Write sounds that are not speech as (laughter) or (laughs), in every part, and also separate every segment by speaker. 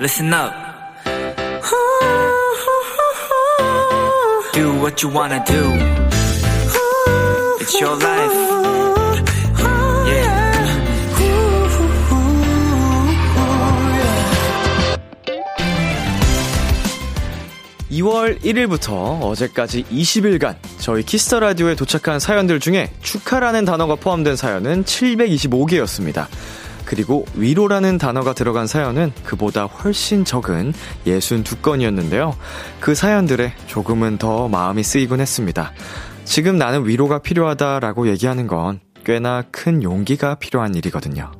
Speaker 1: listen up. Do what you wanna do. It's your life. Yeah.
Speaker 2: 이월 1일부터 어제까지 20일간 저희 키스터 라디오에 도착한 사연들 중에 축하라는 단어가 포함된 사연은 725개였습니다. 그리고 위로라는 단어가 들어간 사연은 그보다 훨씬 적은 62건이었는데요. 그 사연들에 조금은 더 마음이 쓰이곤 했습니다. 지금 나는 위로가 필요하다라고 얘기하는 건 꽤나 큰 용기가 필요한 일이거든요.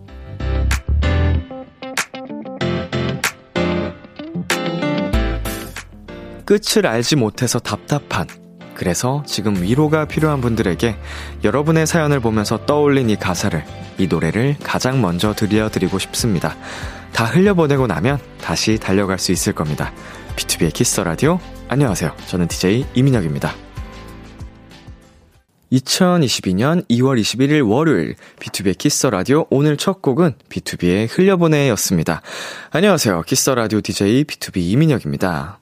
Speaker 2: 끝을 알지 못해서 답답한 그래서 지금 위로가 필요한 분들에게 여러분의 사연을 보면서 떠올린 이 가사를 이 노래를 가장 먼저 들려드리고 싶습니다. 다 흘려보내고 나면 다시 달려갈 수 있을 겁니다. B2B의 키스 더 라디오 안녕하세요. 저는 DJ 이민혁입니다. 2022년 2월 21일 월요일 B2B 키스 라디오 오늘 첫 곡은 B2B의 흘려보내였습니다. 안녕하세요. 키스 라디오 DJ B2B 이민혁입니다.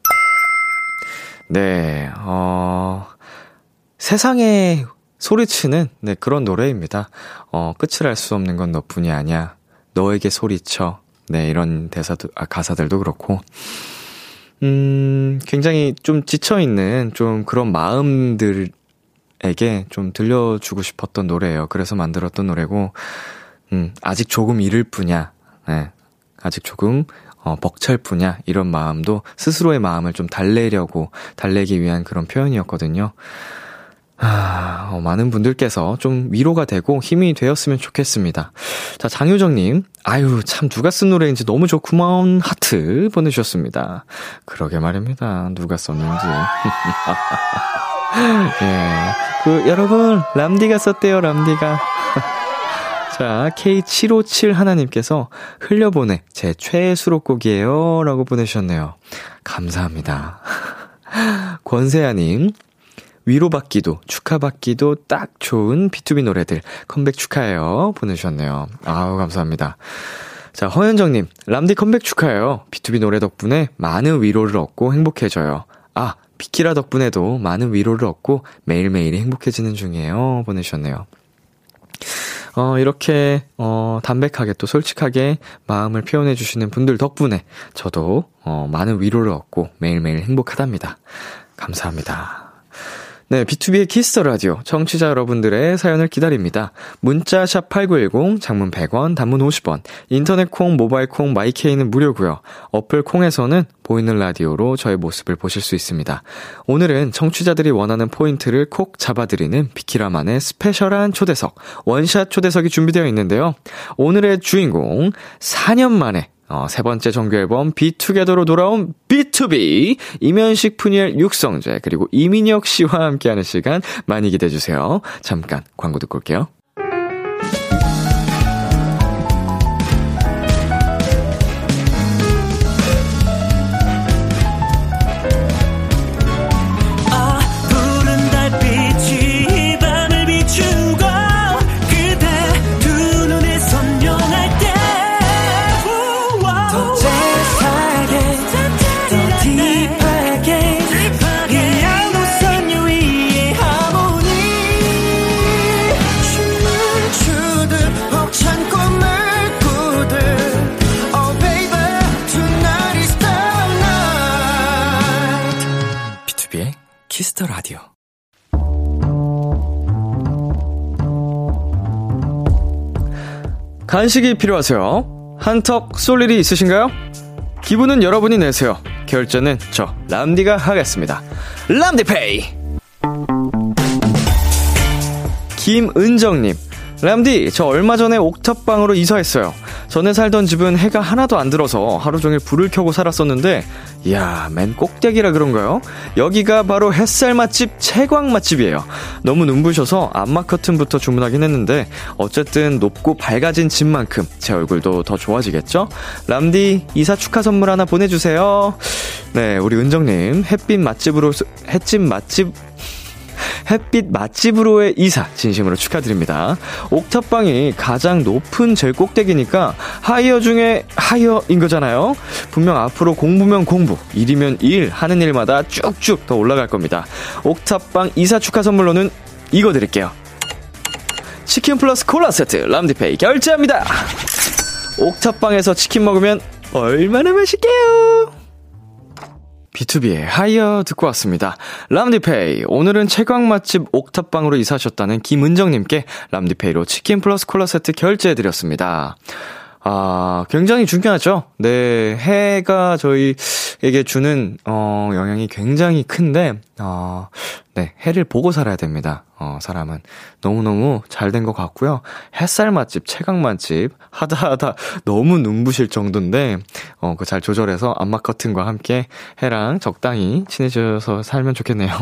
Speaker 2: 네, 어, 세상에 소리치는 네, 그런 노래입니다. 어, 끝을 알 수 없는 건 너뿐이 아니야. 너에게 소리쳐. 네, 이런 대사도, 아, 가사들도 그렇고. 음, 굉장히 좀 지쳐있는 좀 그런 마음들에게 좀 들려주고 싶었던 노래예요. 그래서 만들었던 노래고, 음, 아직 조금 이를 뿐이야. 네, 아직 조금 어, 벅찰 뿐이야 이런 마음도 스스로의 마음을 좀 달래려고 달래기 위한 그런 표현이었거든요. 아, 어, 많은 분들께서 좀 위로가 되고 힘이 되었으면 좋겠습니다. 자, 장효정님, 아유, 참, 누가 쓴 노래인지 너무 좋구먼 하트 보내주셨습니다. 그러게 말입니다. 누가 썼는지. (laughs) 예. 그, 여러분, 람디가 썼대요, 람디가. (laughs) 자, K757 하나님께서 흘려보내 제 최애 수록곡이에요. 라고 보내주셨네요. 감사합니다. (laughs) 권세아님, 위로받기도, 축하받기도 딱 좋은 B2B 노래들 컴백 축하해요. 보내주셨네요. 아우, 감사합니다. 자, 허현정님, 람디 컴백 축하해요. B2B 노래 덕분에 많은 위로를 얻고 행복해져요. 아, 비키라 덕분에도 많은 위로를 얻고 매일매일이 행복해지는 중이에요. 보내주셨네요. 어, 이렇게, 어, 담백하게 또 솔직하게 마음을 표현해주시는 분들 덕분에 저도, 어, 많은 위로를 얻고 매일매일 행복하답니다. 감사합니다. 네, B2B의 키스터 라디오 청취자 여러분들의 사연을 기다립니다. 문자 샵 #8910 장문 100원, 단문 50원. 인터넷 콩, 모바일 콩, 마이케이는 무료고요. 어플 콩에서는 보이는 라디오로 저의 모습을 보실 수 있습니다. 오늘은 청취자들이 원하는 포인트를 콕 잡아드리는 비키라만의 스페셜한 초대석, 원샷 초대석이 준비되어 있는데요. 오늘의 주인공 4년 만에 어, 세 번째 정규 앨범 비투게더로 돌아온 B2B 이면식 푸니엘 육성재 그리고 이민혁 씨와 함께하는 시간 많이 기대해 주세요. 잠깐 광고 듣고 올게요.
Speaker 3: 아 푸른 달빛이 이 밤을 비추고 그대 두 눈에 선명할 때더 재밌게 더 딥하게 이 양도선 위의 하모니 춤을 추듯 벅찬 꿈을 꾸듯 Oh baby tonight is the night
Speaker 2: B2B의 키스터 라디오. 간식이 필요하세요? 한턱 쏠 일이 있으신가요? 기분은 여러분이 내세요. 결제는 저 람디가 하겠습니다. 람디페이. 김은정님. 람디, 저 얼마 전에 옥탑방으로 이사했어요. 전에 살던 집은 해가 하나도 안 들어서 하루 종일 불을 켜고 살았었는데, 이야, 맨 꼭대기라 그런가요? 여기가 바로 햇살 맛집 채광 맛집이에요. 너무 눈부셔서 안마 커튼부터 주문하긴 했는데, 어쨌든 높고 밝아진 집만큼 제 얼굴도 더 좋아지겠죠? 람디, 이사 축하 선물 하나 보내주세요. 네, 우리 은정님, 햇빛 맛집으로, 햇집 맛집, 햇빛 맛집으로의 이사 진심으로 축하드립니다. 옥탑방이 가장 높은 제일 꼭대기니까 하이어 중에 하이어인 거잖아요. 분명 앞으로 공부면 공부, 일이면 일 하는 일마다 쭉쭉 더 올라갈 겁니다. 옥탑방 이사 축하 선물로는 이거 드릴게요. 치킨 플러스 콜라 세트 람디페이 결제합니다. 옥탑방에서 치킨 먹으면 얼마나 맛있게요. B2B의 하이어 듣고 왔습니다. 람디페이. 오늘은 최강 맛집 옥탑방으로 이사하셨다는 김은정님께 람디페이로 치킨 플러스 콜라 세트 결제해드렸습니다. 아, 굉장히 중요하죠? 네, 해가 저희에게 주는, 어, 영향이 굉장히 큰데, 어, 네, 해를 보고 살아야 됩니다. 어, 사람은. 너무너무 잘 된 것 같고요. 햇살 맛집, 체각 맛집, 하다 하다 너무 눈부실 정도인데, 어, 그 잘 조절해서 안마 커튼과 함께 해랑 적당히 친해져서 살면 좋겠네요.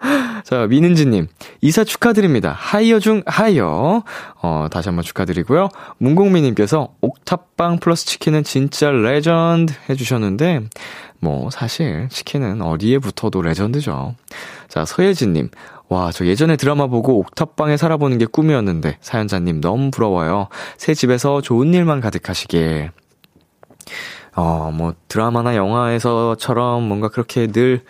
Speaker 2: (laughs) 자, 민은지님. 이사 축하드립니다. 하이어 중 하이어. 어, 다시 한번 축하드리고요. 문공미님께서 옥탑방 플러스 치킨은 진짜 레전드 해주셨는데, 뭐, 사실, 치킨은 어디에 붙어도 레전드죠. 자, 서예진님. 와, 저 예전에 드라마 보고 옥탑방에 살아보는 게 꿈이었는데, 사연자님 너무 부러워요. 새 집에서 좋은 일만 가득하시길. 어, 뭐, 드라마나 영화에서처럼 뭔가 그렇게 늘,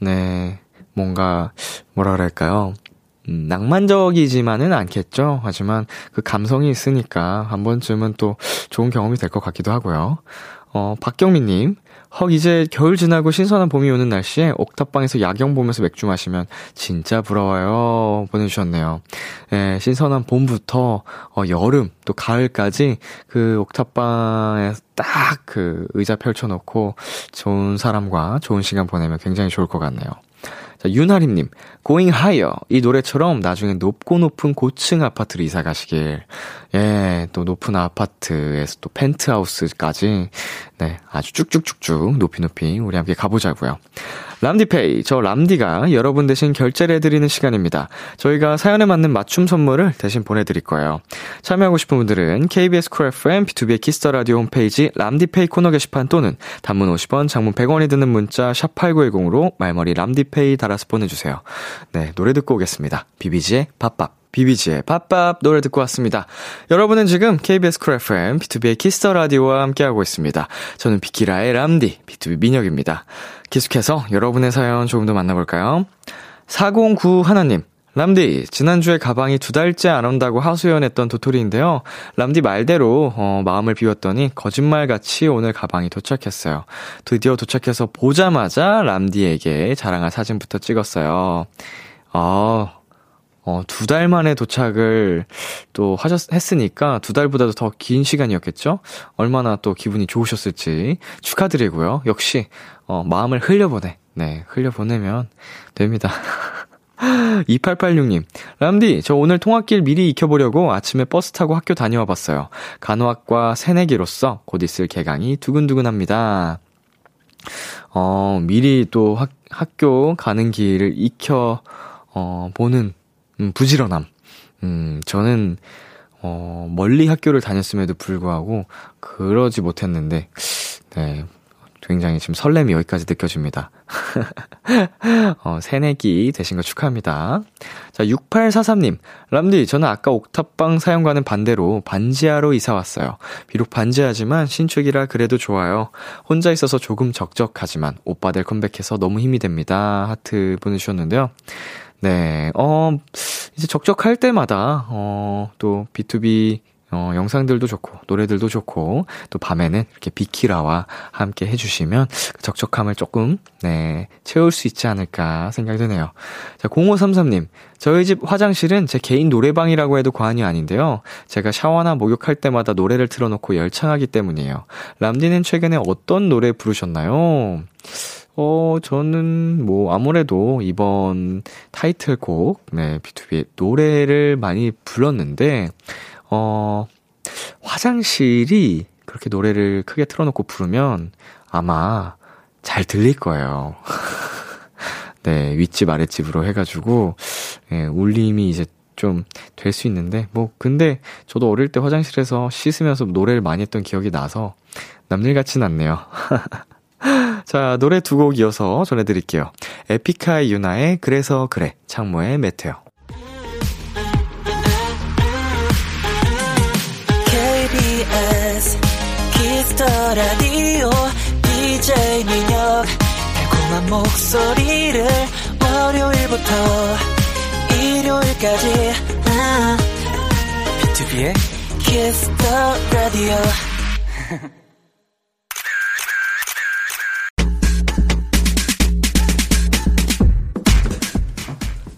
Speaker 2: 네, 뭔가, 뭐라 그럴까요? 음, 낭만적이지만은 않겠죠? 하지만 그 감성이 있으니까 한 번쯤은 또 좋은 경험이 될 것 같기도 하고요. 어, 박경민님. 헉, 어, 이제 겨울 지나고 신선한 봄이 오는 날씨에 옥탑방에서 야경 보면서 맥주 마시면 진짜 부러워요. 보내주셨네요. 예, 신선한 봄부터, 어, 여름, 또 가을까지 그 옥탑방에 딱 그 의자 펼쳐놓고 좋은 사람과 좋은 시간 보내면 굉장히 좋을 것 같네요. 자, 윤하림님, Going Higher. 이 노래처럼 나중에 높고 높은 고층 아파트로 이사 가시길. 예, 또 높은 아파트에서 또 펜트하우스까지. 네, 아주 쭉쭉쭉쭉 높이 높이 우리 함께 가보자고요. 람디페이, 저 람디가 여러분 대신 결제를 해드리는 시간입니다. 저희가 사연에 맞는 맞춤 선물을 대신 보내드릴 거예요. 참여하고 싶은 분들은 KBS 쿨 FM, B2B의 키스터 라디오 홈페이지 람디페이 코너 게시판 또는 단문 50원, 장문 100원이 드는 문자 샵 8910으로 말머리 람디페이 달아서 보내주세요. 네, 노래 듣고 오겠습니다. 비비지의 밥밥. 비비지의 밥밥 노래 듣고 왔습니다. 여러분은 지금 KBS 쿨 FM, B2B의 키스터 라디오와 함께하고 있습니다. 저는 비키라의 람디, B2B 민혁입니다. 계속해서 여러분의 사연 조금 더 만나볼까요? 409 하나님. 람디, 지난주에 가방이 두 달째 안 온다고 하소연했던 도토리인데요. 람디 말대로, 어, 마음을 비웠더니 거짓말같이 오늘 가방이 도착했어요. 드디어 도착해서 보자마자 람디에게 자랑할 사진부터 찍었어요. 아, 어, 두 달 만에 도착을 또 하셨, 했으니까 두 달보다도 더 긴 시간이었겠죠? 얼마나 또 기분이 좋으셨을지 축하드리고요. 역시, 어, 마음을 흘려보내. 네, 흘려보내면 됩니다. (laughs) 2886님, 람디, 저 오늘 통학길 미리 익혀보려고 아침에 버스 타고 학교 다녀와 봤어요. 간호학과 새내기로서 곧 있을 개강이 두근두근합니다. 어, 미리 또 학, 학교 가는 길을 익혀, 어, 보는, 음, 부지런함. 음, 저는, 어, 멀리 학교를 다녔음에도 불구하고, 그러지 못했는데, 네. 굉장히 지금 설렘이 여기까지 느껴집니다. (laughs) 어, 새내기 되신 거 축하합니다. 자, 6843님. 람디, 저는 아까 옥탑방 사연과는 반대로 반지하로 이사 왔어요. 비록 반지하지만 신축이라 그래도 좋아요. 혼자 있어서 조금 적적하지만 오빠들 컴백해서 너무 힘이 됩니다. 하트 보내주셨는데요. 네, 어, 이제 적적할 때마다, 어, 또 B2B 어, 영상들도 좋고, 노래들도 좋고, 또 밤에는 이렇게 비키라와 함께 해주시면 그 적적함을 조금, 네, 채울 수 있지 않을까 생각이 드네요. 자, 0533님. 저희 집 화장실은 제 개인 노래방이라고 해도 과언이 아닌데요. 제가 샤워나 목욕할 때마다 노래를 틀어놓고 열창하기 때문이에요. 람디는 최근에 어떤 노래 부르셨나요? 어, 저는 뭐 아무래도 이번 타이틀곡, 네, B2B의 노래를 많이 불렀는데, 어, 화장실이 그렇게 노래를 크게 틀어놓고 부르면 아마 잘 들릴 거예요. (laughs) 네, 윗집 아랫집으로 해가지고, 예, 울림이 이제 좀 될 수 있는데, 뭐, 근데 저도 어릴 때 화장실에서 씻으면서 노래를 많이 했던 기억이 나서 남일 같진 않네요. (laughs) 자, 노래 두 곡 이어서 전해드릴게요. 에픽하이 유나의 그래서 그래, 창모의 메테오.
Speaker 4: KBS 키스터 라디오 DJ 민혁 달콤한 목소리를 월요일부터 일요일까지 아, B2B의 키스터 라디오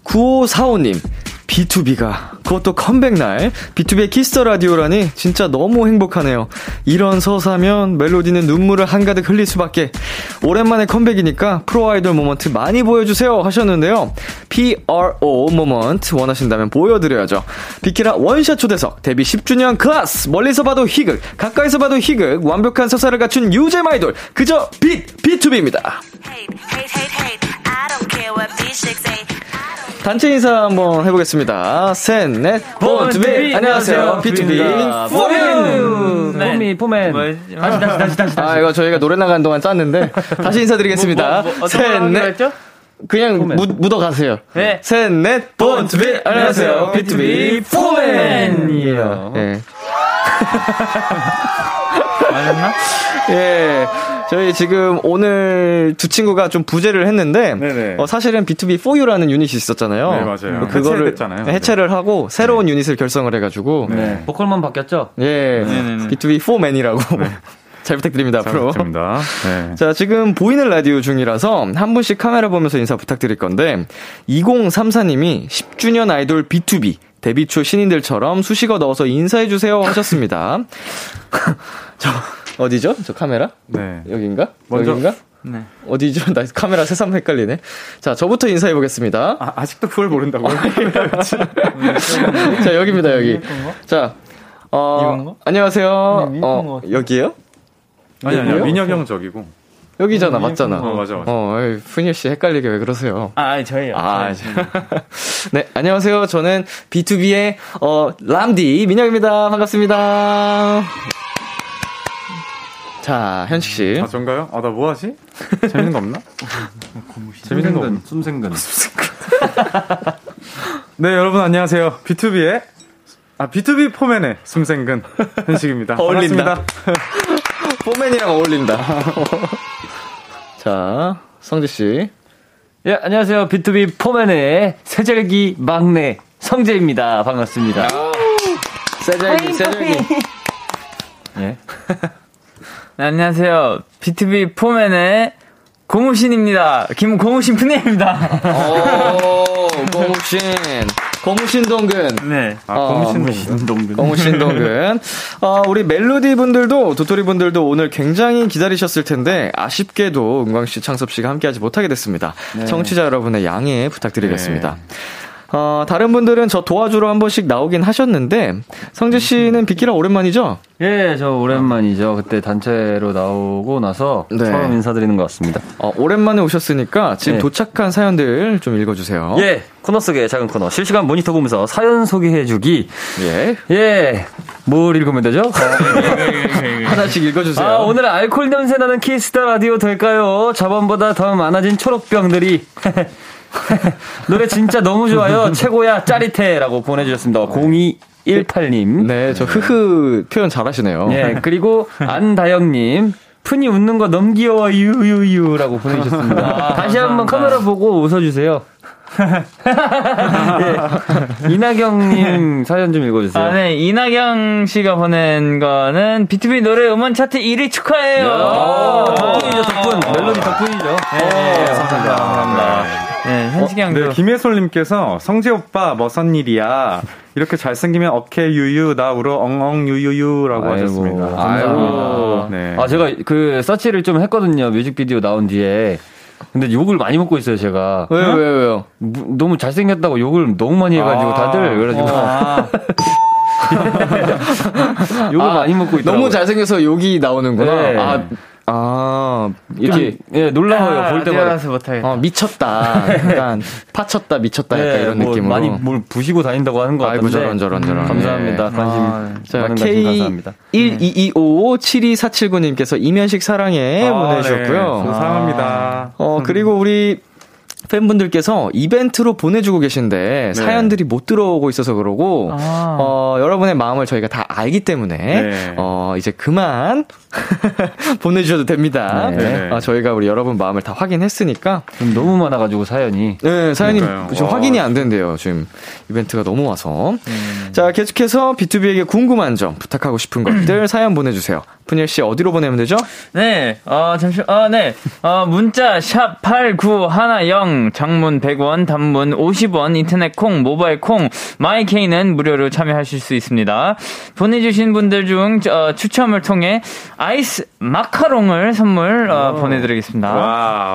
Speaker 2: 구오사오님 B2B가 그것도 컴백날 B2B의 키스터 라디오라니 진짜 너무 행복하네요. 이런 서사면 멜로디는 눈물을 한가득 흘릴 수밖에. 오랜만에 컴백이니까 프로 아이돌 모먼트 많이 보여주세요 하셨는데요. PRO 모먼트 원하신다면 보여드려야죠. 비키라 원샷 초대석 데뷔 10주년 클래스 멀리서 봐도 희극 가까이서 봐도 희극 완벽한 서사를 갖춘 유잼 아이돌 그저 빛 B2B입니다.
Speaker 5: hate, hate, hate, hate. I don't care what these chicks say.
Speaker 2: 단체 인사 한번 해보겠습니다. 셋, 넷, 원, 투, 비. 안녕하세요. 비투비.
Speaker 6: 포맨. 포미, 포맨. 다시, 다시, 다시, 다시. 뭐,
Speaker 2: 아, 이거 저희가 노래 나가는 동안
Speaker 6: (laughs)
Speaker 2: 짰는데. 다시 인사드리겠습니다. 셋, 넷. 그냥 묻, 묻어가세요.
Speaker 6: 네.
Speaker 2: 셋, 넷, 원, 투, 비. 안녕하세요. 비투비.
Speaker 6: B2B 포맨이에요. (laughs)
Speaker 2: 예. 예. 저희 지금 오늘 두 친구가 좀 부재를 했는데
Speaker 7: 네네.
Speaker 2: 어, 사실은 B2B 4U라는 유닛이 있었잖아요.
Speaker 7: 네, 맞아요.
Speaker 2: 그거를 네,
Speaker 7: 해체됐잖아요.
Speaker 2: 해체를 하고 새로운 유닛을 결성을 해가지고
Speaker 7: 네.
Speaker 6: 보컬만 바뀌었죠?
Speaker 2: 예.
Speaker 7: 네네네. 네.
Speaker 2: B2B 4맨이라고. (laughs) 잘 부탁드립니다, 앞으로.
Speaker 7: 부탁드립니다. 네.
Speaker 2: 자, 지금 보이는 라디오 중이라서 한 분씩 카메라 보면서 인사 부탁드릴 건데, 2034님이 10주년 아이돌 B2B, 데뷔 초 신인들처럼 수식어 넣어서 인사해주세요 하셨습니다. (laughs) 저, 어디죠? 저 카메라?
Speaker 7: 네.
Speaker 2: 여긴가?
Speaker 7: 먼저-
Speaker 2: 여긴가?
Speaker 7: 네.
Speaker 2: 어디죠? (laughs) 나 카메라 새삼 헷갈리네. 자, 저부터 인사해보겠습니다.
Speaker 7: 아, 아직도 그걸 모른다고요?
Speaker 2: 자, 여기입니다, 여기. 자, 어,
Speaker 6: 이건가?
Speaker 2: 안녕하세요.
Speaker 6: 네, 위에 있는 것
Speaker 2: 어,
Speaker 6: 같아.
Speaker 2: 여기요?
Speaker 7: 아니, 아니,
Speaker 2: 누구요?
Speaker 7: 민혁 형 저기고.
Speaker 2: 여기잖아, 맞잖아.
Speaker 7: 어, 맞아, 맞아.
Speaker 2: 음, 어, 에이, 푸니 씨 헷갈리게 왜 그러세요?
Speaker 6: 아, 아니, 저예요.
Speaker 2: 아, (laughs) 네, 안녕하세요. 저는 B2B의 어, 람디 민혁입니다. 반갑습니다. 자, 현식 씨.
Speaker 7: 아, 전가요? 아, 나 뭐 하지? 재밌는 거 없나? 재밌는 거 없나?
Speaker 8: 숨생근.
Speaker 7: (laughs) 네, 여러분 안녕하세요. B2B의 아, B2B 포맨의 숨생근 (laughs) 현식입니다.
Speaker 2: 어울린다.
Speaker 7: 반갑습니다.
Speaker 2: 포맨이랑 어울린다. (laughs) 자, 성재 씨.
Speaker 6: 예, 안녕하세요. B2B 포맨의 세절기 막내 성재입니다. 반갑습니다.
Speaker 2: 세절기, 세절기.
Speaker 6: 예.
Speaker 1: 네, 안녕하세요. B2B 포맨의 고무신입니다. 김고무신 푸니입니다.
Speaker 2: 오, 어, 고무신. 고무신 동근.
Speaker 1: 네.
Speaker 7: 아,
Speaker 2: 어,
Speaker 7: 고무신 동근.
Speaker 2: 고무신 동근. 어, 우리 멜로디 분들도, 도토리 분들도 오늘 굉장히 기다리셨을 텐데, 아쉽게도 은광씨, 창섭씨가 함께하지 못하게 됐습니다.
Speaker 6: 네.
Speaker 2: 청취자 여러분의 양해 부탁드리겠습니다. 어, 다른 분들은 저 도와주러 한 번씩 나오긴 하셨는데, 성재씨는 비키라 오랜만이죠?
Speaker 6: (laughs) 예, 저 오랜만이죠. 그때 단체로 나오고 나서
Speaker 2: 네.
Speaker 6: 처음 인사드리는 것 같습니다.
Speaker 2: 어, 오랜만에 오셨으니까 지금
Speaker 6: 네.
Speaker 2: 도착한 사연들 좀 읽어주세요.
Speaker 6: 예, 코너 속의 작은 코너. 실시간 모니터 보면서 사연 소개해주기.
Speaker 2: 예.
Speaker 6: 예, 어, 뭘 읽으면 되죠? 예,
Speaker 2: 하나씩 읽어주세요.
Speaker 6: 아, 오늘 알콜 냄새 나는 키스터 라디오 될까요? 저번보다 더 많아진 초록병들이. (laughs) 노래 진짜 너무
Speaker 1: (laughs)
Speaker 6: 좋아요. 최고야. 짜릿해. 라고
Speaker 1: 네.
Speaker 6: 보내주셨습니다. 0218님.
Speaker 2: 네, 저 흐흐 표현 잘하시네요.
Speaker 6: 예, 그리고 안다영님. 푼이 웃는 거 너무 귀여워. 유유유. 라고
Speaker 1: (laughs) 아,
Speaker 6: 보내주셨습니다. 다시 한번 카메라 보고 웃어주세요. 예. 이나경님 사연 좀 읽어주세요.
Speaker 1: 아, 네. 이낙영 씨가 보낸 거는 B2B 노래 음원 차트 1위
Speaker 2: 네.
Speaker 1: 축하해요.
Speaker 6: 아, 덕분이죠, 덕분. 멜로디 덕분이죠. 어,
Speaker 1: 네, 감사합니다. 감사합니다. 네, 현식이
Speaker 7: 네,
Speaker 1: 형도.
Speaker 7: 김혜솔님께서 성재 오빠 뭐선 일이야. 이렇게 잘생기면 어케 유유 나 울어 엉엉 유유유라고
Speaker 6: 아이고,
Speaker 7: 하셨습니다.
Speaker 6: 감사합니다.
Speaker 7: 네.
Speaker 6: 아, 제가 그 서치를 좀 했거든요. 뮤직비디오 나온 뒤에. 근데 욕을 많이 먹고 있어요, 제가.
Speaker 2: 왜요, 왜요, 왜요?
Speaker 6: 무- 너무 잘생겼다고 욕을 너무 많이 해가지고
Speaker 7: 아.
Speaker 6: 다들. 그래가지고. (laughs) 욕을 많이 먹고 있더라고요.
Speaker 2: 너무 잘생겨서 아, 욕이 나오는구나.
Speaker 6: 네.
Speaker 2: 아, 아 이렇게
Speaker 6: 예, 놀라워요. 볼 때마다.
Speaker 9: 뛰어나서 못하겠다.
Speaker 2: 어, 미쳤다. 약간 파쳤다 미쳤다 약간
Speaker 6: 예,
Speaker 2: 이런
Speaker 6: 뭐
Speaker 2: 네, 느낌으로.
Speaker 6: 많이 뭘 부시고 다닌다고 하는 것 같은데. 음,
Speaker 2: 아이고 저런 저런 저런.
Speaker 6: 감사합니다.
Speaker 2: 예.
Speaker 6: 관심.
Speaker 9: 아,
Speaker 2: 자,
Speaker 6: 많은 관심 감사합니다.
Speaker 2: K12255-72479님께서 이면식 사랑해
Speaker 7: 아,
Speaker 2: 보내주셨고요.
Speaker 7: 네, 감사합니다.
Speaker 2: 어, 그리고 우리 팬분들께서 이벤트로 보내주고 계신데
Speaker 7: 네.
Speaker 2: 사연들이 못 들어오고 있어서 그러고
Speaker 9: 아.
Speaker 2: 어, 여러분의 마음을 저희가 다 알기 때문에
Speaker 7: 네.
Speaker 2: 어, 이제 그만 (laughs) 보내주셔도 됩니다.
Speaker 7: 네.
Speaker 2: 어, 저희가 우리 여러분 마음을 다 확인했으니까
Speaker 6: 좀 너무 많아가지고 사연이.
Speaker 2: 네, 사연이
Speaker 7: 그러니까요. 어.
Speaker 2: 지금
Speaker 7: 와.
Speaker 2: 확인이 안 된대요. 지금 이벤트가 너무 와서.
Speaker 7: 음.
Speaker 2: 자, 계속해서 B2B에게 궁금한 점, 부탁하고 싶은
Speaker 7: (clears throat)
Speaker 2: 것들 사연 보내주세요. 푸니엘 씨 어디로 보내면 되죠?
Speaker 9: 네, 어, 잠시, 어, 네. 어, 문자, 샵 8910, 장문 100원, 단문 50원, 인터넷 콩, 모바일 콩, 마이케이는 무료로 참여하실 수 있습니다. 보내주신 분들 중, 어, 추첨을 통해 아이스 마카롱을 선물, 어, 보내드리겠습니다.
Speaker 7: 아.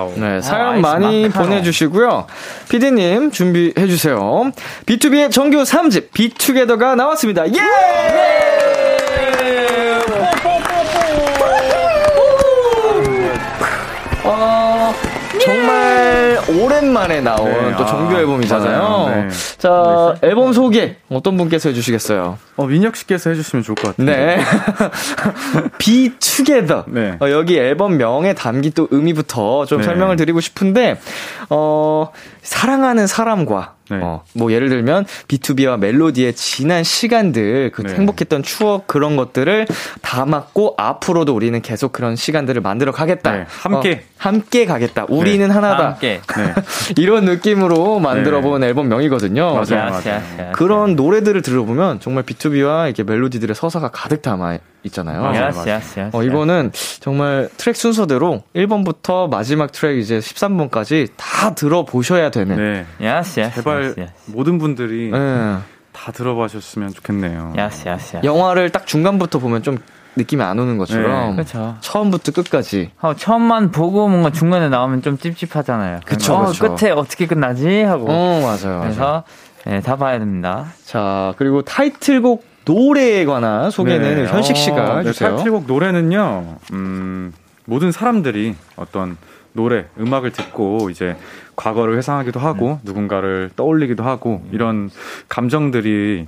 Speaker 7: 와우.
Speaker 2: 네, 사연
Speaker 9: 아이스
Speaker 2: 많이
Speaker 9: 마카롱.
Speaker 2: 보내주시고요. 피디님 준비해주세요. B2B의 정규 3집, 비투게더가 나왔습니다. 예! 어, 정말 오랜만에 나온
Speaker 7: 네,
Speaker 2: 또 정규
Speaker 7: 아,
Speaker 2: 앨범이잖아요.
Speaker 7: 맞아요. 네.
Speaker 2: 자, 앨범 소개 어떤 분께서 해주시겠어요?
Speaker 7: 어, 민혁 씨께서 해주시면 좋을 것 같아요.
Speaker 2: 네. (laughs) Be Together.
Speaker 7: 네.
Speaker 2: 어, 여기 앨범 명의 담긴 또 의미부터 좀
Speaker 7: 네.
Speaker 2: 설명을 드리고 싶은데, 어, 사랑하는 사람과,
Speaker 7: 네.
Speaker 2: 어, 뭐 예를 들면 B2B와 멜로디의 지난 시간들, 그
Speaker 7: 네.
Speaker 2: 행복했던 추억 그런 것들을 담았고, 앞으로도 우리는 계속 그런 시간들을 만들어 가겠다.
Speaker 7: 네, 함께.
Speaker 2: 어, 함께 가겠다. 우리는 하나다.
Speaker 9: 함께.
Speaker 7: 네.
Speaker 2: 이런 느낌으로 만들어
Speaker 7: 네.
Speaker 2: 본 앨범 명이거든요.
Speaker 7: 맞아요.
Speaker 9: 야스,
Speaker 7: 맞아요.
Speaker 9: 야스, 야스.
Speaker 2: 그 그런 노래들을 들어보면 정말 B2B와 이렇게 멜로디들의 서사가 가득 담아 있잖아요.
Speaker 7: 맞아요.
Speaker 9: 야스, 야스, 야스.
Speaker 2: 어, 이거는 정말 트랙 순서대로 1번부터 마지막 트랙 이제 13번까지 다 들어보셔야 되는.
Speaker 7: 네.
Speaker 9: 야스, 야스.
Speaker 7: 제발
Speaker 9: 야스, 야스.
Speaker 7: 모든 분들이
Speaker 2: 예.
Speaker 7: 다 들어봐셨으면 좋겠네요.
Speaker 9: 야스, 야스, 야스.
Speaker 2: 영화를 딱 중간부터 보면 좀 느낌이 안 오는 것처럼.
Speaker 7: 네.
Speaker 9: 그쵸.
Speaker 2: 처음부터 끝까지.
Speaker 9: 어, 그렇죠. 처음만 보고 뭔가 중간에 나오면 좀 찝찝하잖아요.
Speaker 2: 그쵸,
Speaker 9: 어,
Speaker 2: 그쵸.
Speaker 9: 끝에 어떻게 끝나지?
Speaker 7: 그
Speaker 9: 하고.
Speaker 2: 어, 맞아요. 맞아요.
Speaker 9: 그래서 예, 다 봐야 됩니다.
Speaker 2: 자, 그리고 타이틀곡 노래에 관한 소개는
Speaker 7: 네.
Speaker 2: 우리 현식 씨가
Speaker 7: 어, 네,
Speaker 2: 해주세요.
Speaker 7: 타이틀곡 노래는요. 음, 모든 사람들이 어떤 노래, 음악을 듣고 이제 과거를 회상하기도 하고
Speaker 2: 네.
Speaker 7: 누군가를 떠올리기도 하고
Speaker 2: 음.
Speaker 7: 이런 감정들이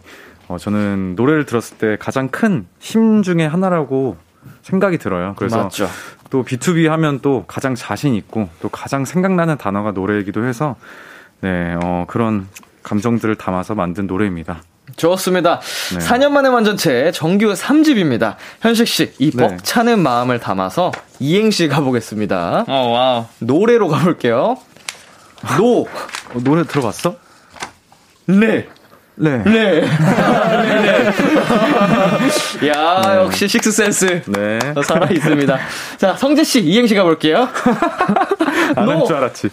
Speaker 7: 어, 저는 노래를 들었을 때 가장 큰 힘 중에 하나라고 생각이 들어요. 그래서
Speaker 2: 맞죠.
Speaker 7: 또 B2B 하면 또 가장 자신 있고 또 가장 생각나는 단어가 노래이기도 해서 네, 어, 그런 감정들을 담아서 만든 노래입니다.
Speaker 2: 좋습니다.
Speaker 7: 네.
Speaker 2: 4년 만에 완전체 정규 3집입니다. 현식 씨, 이
Speaker 7: 네.
Speaker 2: 벅차는 마음을 담아서 이행시 가보겠습니다.
Speaker 9: 어 와우.
Speaker 2: 노래로 가볼게요. 노.
Speaker 7: 어, 노래 들어봤어?
Speaker 2: 네.
Speaker 7: 네.
Speaker 9: (laughs)
Speaker 2: 네. 야, 역시 식스센스.
Speaker 7: 네.
Speaker 2: 살아 있습니다. 자, 성재 씨 이행시
Speaker 7: (laughs)
Speaker 2: 가볼게요. 노.
Speaker 7: 안할줄 알았지.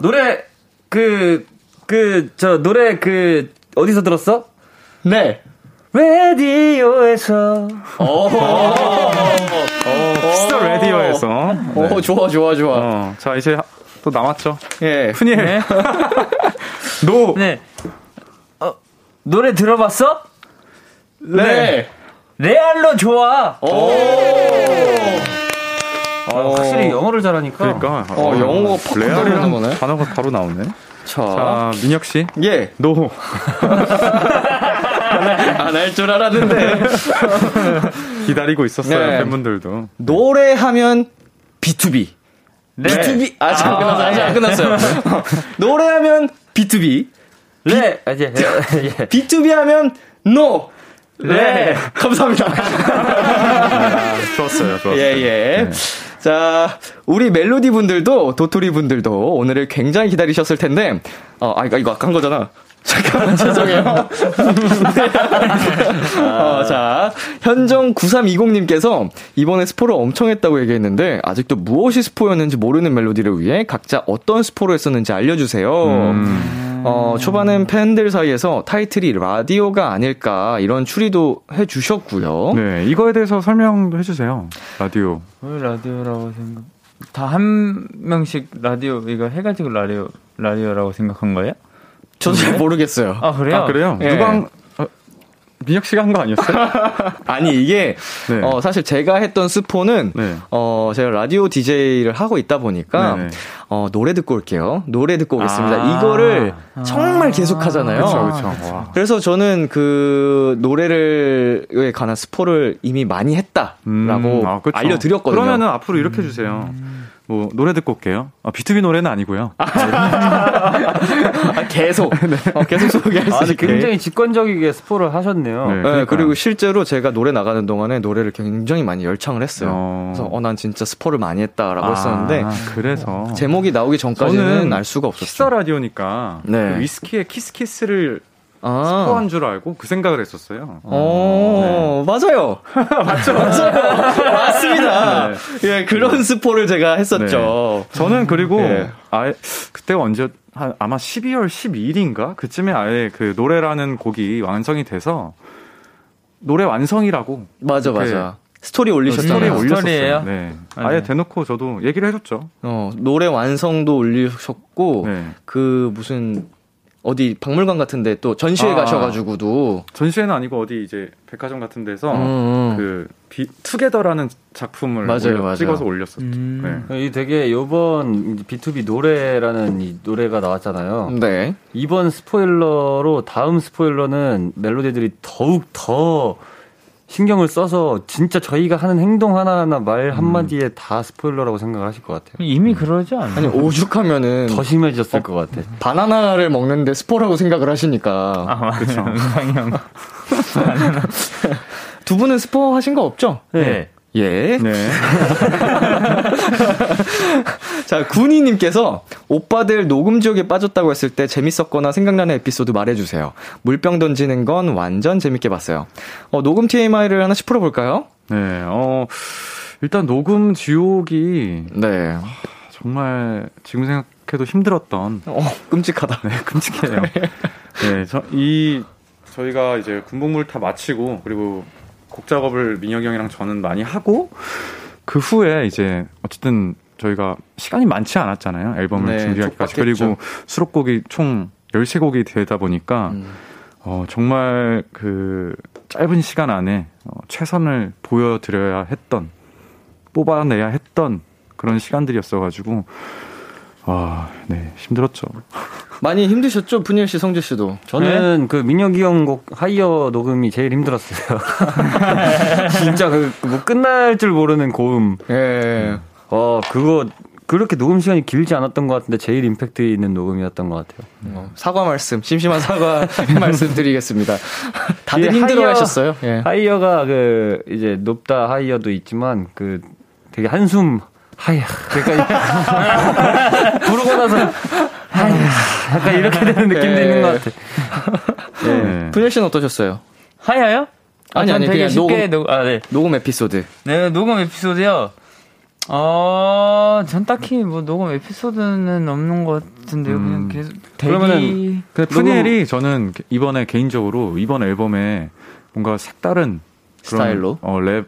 Speaker 6: 노래, 그, 그, 저 노래 그, 어디서 들었어?
Speaker 2: 네.
Speaker 6: 라디오에서.
Speaker 2: 오.
Speaker 7: 어.
Speaker 2: 어.
Speaker 7: 키스 라디오에서. 네.
Speaker 2: 오, 좋아, 좋아, 좋아.
Speaker 7: 어, 자 이제 하- 또 남았죠.
Speaker 2: 예.
Speaker 7: 푸니엘.
Speaker 9: 네.
Speaker 7: (laughs) 노.
Speaker 9: 네. 어, 노래 들어봤어?
Speaker 2: 네.
Speaker 9: 레알로 좋아.
Speaker 6: 어, 아, 확실히 영어를 잘하니까.
Speaker 7: 그러니까.
Speaker 2: 어, 영어가 팍
Speaker 7: 레알이라는
Speaker 2: 건드리는 거네. 아.
Speaker 7: 단어가 바로 나오네.
Speaker 2: 자.
Speaker 7: 자, 민혁 씨.
Speaker 2: 예.
Speaker 7: 노. (laughs)
Speaker 2: 안 할 줄 알았는데.
Speaker 7: 기다리고 있었어요,
Speaker 2: 네.
Speaker 7: 팬분들도.
Speaker 2: 노래하면 B2B.
Speaker 9: 네.
Speaker 2: B2B. 아, 직 안 끝났어요. 아직 안 (laughs) 끝났어요. 노래하면 B2B. 네.
Speaker 9: 레. 아,
Speaker 6: 네. (laughs)
Speaker 9: 이제 예.
Speaker 2: B2B 하면 NO. 네. 감사합니다.
Speaker 7: 아, 좋았어요, 좋았어요.
Speaker 2: 예, 예. 자, 우리 멜로디 분들도, 도토리 분들도 오늘을 굉장히 기다리셨을 텐데, 어, 아, 이거, 이거 아까 한 거잖아. (laughs) 잠깐만, 죄송해요. 어, 자, 현정9320님께서 이번에 스포를 엄청 했다고 얘기했는데, 아직도 무엇이 스포였는지 모르는 멜로디를 위해 각자 어떤 스포를 했었는지 알려주세요. 어, 초반엔 팬들 사이에서 타이틀이 라디오가 아닐까 이런 추리도 해주셨고요.
Speaker 7: 네, 이거에 대해서 설명도 해주세요. 라디오.
Speaker 9: 왜 라디오라고 생각? 다 한 명씩 라디오 이거 해가지고 라디오 라디오라고 생각한 거예요?
Speaker 2: 저도 잘 모르겠어요.
Speaker 9: 아 그래요?
Speaker 7: 아, 그래요?
Speaker 2: 예.
Speaker 7: 누가, 한- 어, 민혁 씨가 한
Speaker 2: (laughs)
Speaker 7: 거 아니었어요?
Speaker 2: 아니 이게
Speaker 7: 네.
Speaker 2: 어 사실 제가 했던 스포는
Speaker 7: 네.
Speaker 2: 어 제가 라디오 DJ를 하고 있다 보니까
Speaker 7: 네네.
Speaker 2: 어 노래 듣고 올게요. 노래 듣고 오겠습니다.
Speaker 7: 아.
Speaker 2: 이거를 정말 계속 하잖아요.
Speaker 7: 그렇죠. 와.
Speaker 2: 그래서 저는 그 노래를에 관한 스포를 이미 많이 했다라고
Speaker 7: 음, 아, 그쵸.
Speaker 2: 알려드렸거든요. 음.
Speaker 7: 그러면은 앞으로 이렇게 해주세요. 뭐 노래 듣고 올게요. 아, B2B 노래는 아니고요.
Speaker 2: 아,
Speaker 7: (laughs)
Speaker 2: 계속
Speaker 7: 네.
Speaker 2: 어, 계속 소개할
Speaker 6: 아,
Speaker 2: 수
Speaker 6: 근데
Speaker 2: 있게.
Speaker 6: 굉장히 직관적이게 스포를 하셨네요.
Speaker 7: 네.
Speaker 2: 네,
Speaker 7: 그러니까요.
Speaker 2: 그리고 실제로 제가 노래 나가는 동안에 노래를 굉장히 많이 열창을 했어요.
Speaker 7: 어.
Speaker 2: 그래서 어, 난 진짜 스포를 많이 했다라고 했었는데
Speaker 7: 아, 그래서
Speaker 2: 제목이 나오기 전까지는
Speaker 7: 저는
Speaker 2: 알 수가 없었죠.
Speaker 7: 키스 라디오니까
Speaker 2: 네.
Speaker 7: 그 위스키의 키스 키스를
Speaker 2: 아.
Speaker 7: 스포한 네. 줄 알고 그 생각을 했었어요.
Speaker 2: 어,
Speaker 7: (laughs)
Speaker 2: 맞아요. 맞죠? (laughs) 맞아요. 맞습니다.
Speaker 7: 네.
Speaker 2: 예, 그런 스포를 제가 했었죠.
Speaker 7: 저는 그리고
Speaker 2: 네. 예.
Speaker 7: 아예 그때가 언제 한 아마 12월 12일인가 그쯤에 아예 그 노래라는 곡이 완성이 돼서 노래 완성이라고
Speaker 2: 맞아, 맞아. 스토리 올리셨잖아요.
Speaker 7: 스토리에
Speaker 9: 음, 스토리예요?
Speaker 7: 올렸었어요. 네. 아예
Speaker 9: 네.
Speaker 7: 대놓고 저도 얘기를 해줬죠.
Speaker 2: 어, 노래 완성도 올리셨고,
Speaker 7: 네.
Speaker 2: 그 무슨, 어디 박물관 같은데 또 전시회
Speaker 7: 아.
Speaker 2: 가셔가지고도.
Speaker 7: 전시회는 아니고 어디 이제 백화점 같은 데서
Speaker 2: 음, 음.
Speaker 7: 그 비, 투게더라는 작품을
Speaker 2: 맞아요,
Speaker 7: 올려-
Speaker 2: 맞아요.
Speaker 7: 찍어서 올렸었죠.
Speaker 9: 음.
Speaker 7: 네.
Speaker 6: 이 되게 요번 B2B 노래라는 이 노래가 나왔잖아요.
Speaker 7: 그
Speaker 2: 네.
Speaker 6: 이번 스포일러로 다음 스포일러는 멜로디들이 더욱 더 신경을 써서 진짜 저희가 하는 행동 하나하나 말 한마디에 다 스포일러라고 생각을 하실 것 같아요.
Speaker 9: 이미 그러지 않아요?
Speaker 2: 아니, 오죽하면은
Speaker 6: 더 심해졌을 것 같아.
Speaker 2: 바나나를 먹는데 스포라고 생각을 하시니까.
Speaker 9: 아, (laughs) 맞아요. 음상형.
Speaker 2: 두 분은 스포 하신 거 없죠?
Speaker 9: 네.
Speaker 2: 예.
Speaker 7: 네.
Speaker 2: (laughs) 자, 군이님께서 오빠들 녹음 지옥에 빠졌다고 했을 때 재밌었거나 생각나는 에피소드 말해주세요. 물병 던지는 건 완전 재밌게 봤어요. 어, 녹음 TMI를 하나씩 풀어볼까요?
Speaker 7: 네. 어 일단 녹음 지옥이
Speaker 2: 네.
Speaker 7: 정말 지금 생각해도 힘들었던
Speaker 2: 어, 끔찍하다.
Speaker 7: (laughs) 네, 끔찍해요. 네, 저, 이, 저희가 이제 군복무를 다 마치고, 그리고 곡 작업을 민혁이 형이랑 저는 많이 하고, 그 후에 이제, 어쨌든 저희가 시간이 많지 않았잖아요. 앨범을
Speaker 2: 네,
Speaker 7: 준비하기까지.
Speaker 2: 촉박했죠.
Speaker 7: 그리고 수록곡이 총 13곡이 되다 보니까,
Speaker 2: 음.
Speaker 7: 어, 정말 그 짧은 시간 안에 어, 최선을 보여드려야 했던, 뽑아내야 했던 그런 시간들이었어가지고, 아, 네, 힘들었죠.
Speaker 2: 많이 힘드셨죠? 분열 씨, 성재 씨도.
Speaker 6: 저는 그 민혁이 형 곡 하이어 녹음이 제일 힘들었어요. (laughs) 진짜 그 뭐 끝날 줄 모르는 고음.
Speaker 2: 예.
Speaker 6: 어 그거 그렇게 녹음 시간이 길지 않았던 것 같은데 제일 임팩트 있는 녹음이었던 것 같아요.
Speaker 2: 어, 사과 말씀, 심심한 사과 말씀 드리겠습니다. 다들
Speaker 6: 이
Speaker 2: 힘들어
Speaker 6: 하이어-
Speaker 2: 하셨어요. 예.
Speaker 6: 하이어가 그 이제 높다 하이어도 있지만 그 되게 한숨 하이어 그러니까 이- (laughs) 부르고 나서 하이어 약간 이렇게 되는 느낌도
Speaker 2: 네.
Speaker 6: 있는 것 같아.
Speaker 7: 네.
Speaker 2: 분열 씨는 어떠셨어요?
Speaker 9: 하야요?
Speaker 2: 아니,
Speaker 9: 전
Speaker 2: 아니,
Speaker 9: 되게
Speaker 2: 그냥
Speaker 9: 쉽게 녹음. 아, 네.
Speaker 2: 녹음 에피소드.
Speaker 9: 네, 녹음 에피소드요. 어, 전 딱히 뭐 녹음 에피소드는 없는 것 같은데요.
Speaker 6: 음.
Speaker 9: 그냥 계속 대기.
Speaker 6: 그러면은
Speaker 7: 그 푸니엘이 저는 이번에 개인적으로 이번 앨범에 뭔가 색다른 그런,
Speaker 2: 스타일로?
Speaker 7: 어, 랩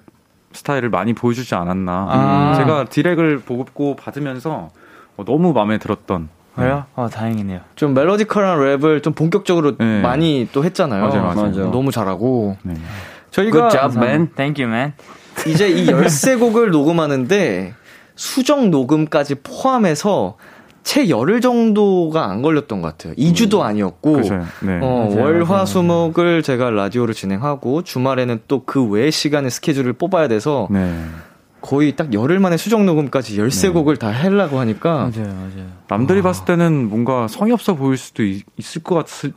Speaker 7: 스타일을 많이 보여주지 않았나.
Speaker 9: 아.
Speaker 7: 제가 디렉을 보고 받으면서 어, 너무 마음에 들었던.
Speaker 2: 네.
Speaker 9: 그래요? 어, 다행이네요.
Speaker 2: 좀 멜로디컬한 랩을 좀 본격적으로
Speaker 7: 예.
Speaker 2: 많이 또 했잖아요. 네,
Speaker 7: 맞아요, 맞아요.
Speaker 2: 너무 잘하고.
Speaker 7: 네.
Speaker 2: 저희가
Speaker 6: job.
Speaker 9: Man, thank you, man.
Speaker 2: 이제 이 13곡을 녹음하는데 수정 녹음까지 포함해서 채 열흘 정도가 안 걸렸던 것 같아요. 2주도 아니었고.
Speaker 7: 음. 그죠. 네.
Speaker 2: 어, 월, 화, 수, 목을 제가 라디오를 진행하고 주말에는 또 그 외 시간의 스케줄을 뽑아야 돼서
Speaker 7: 네.
Speaker 2: 거의 딱 열흘 만에 수정 녹음까지 13곡을 다 하려고 하니까
Speaker 9: 맞아요, 맞아요.
Speaker 7: 남들이 봤을 때는 뭔가 성의 없어 보일 수도 있, 을것 같을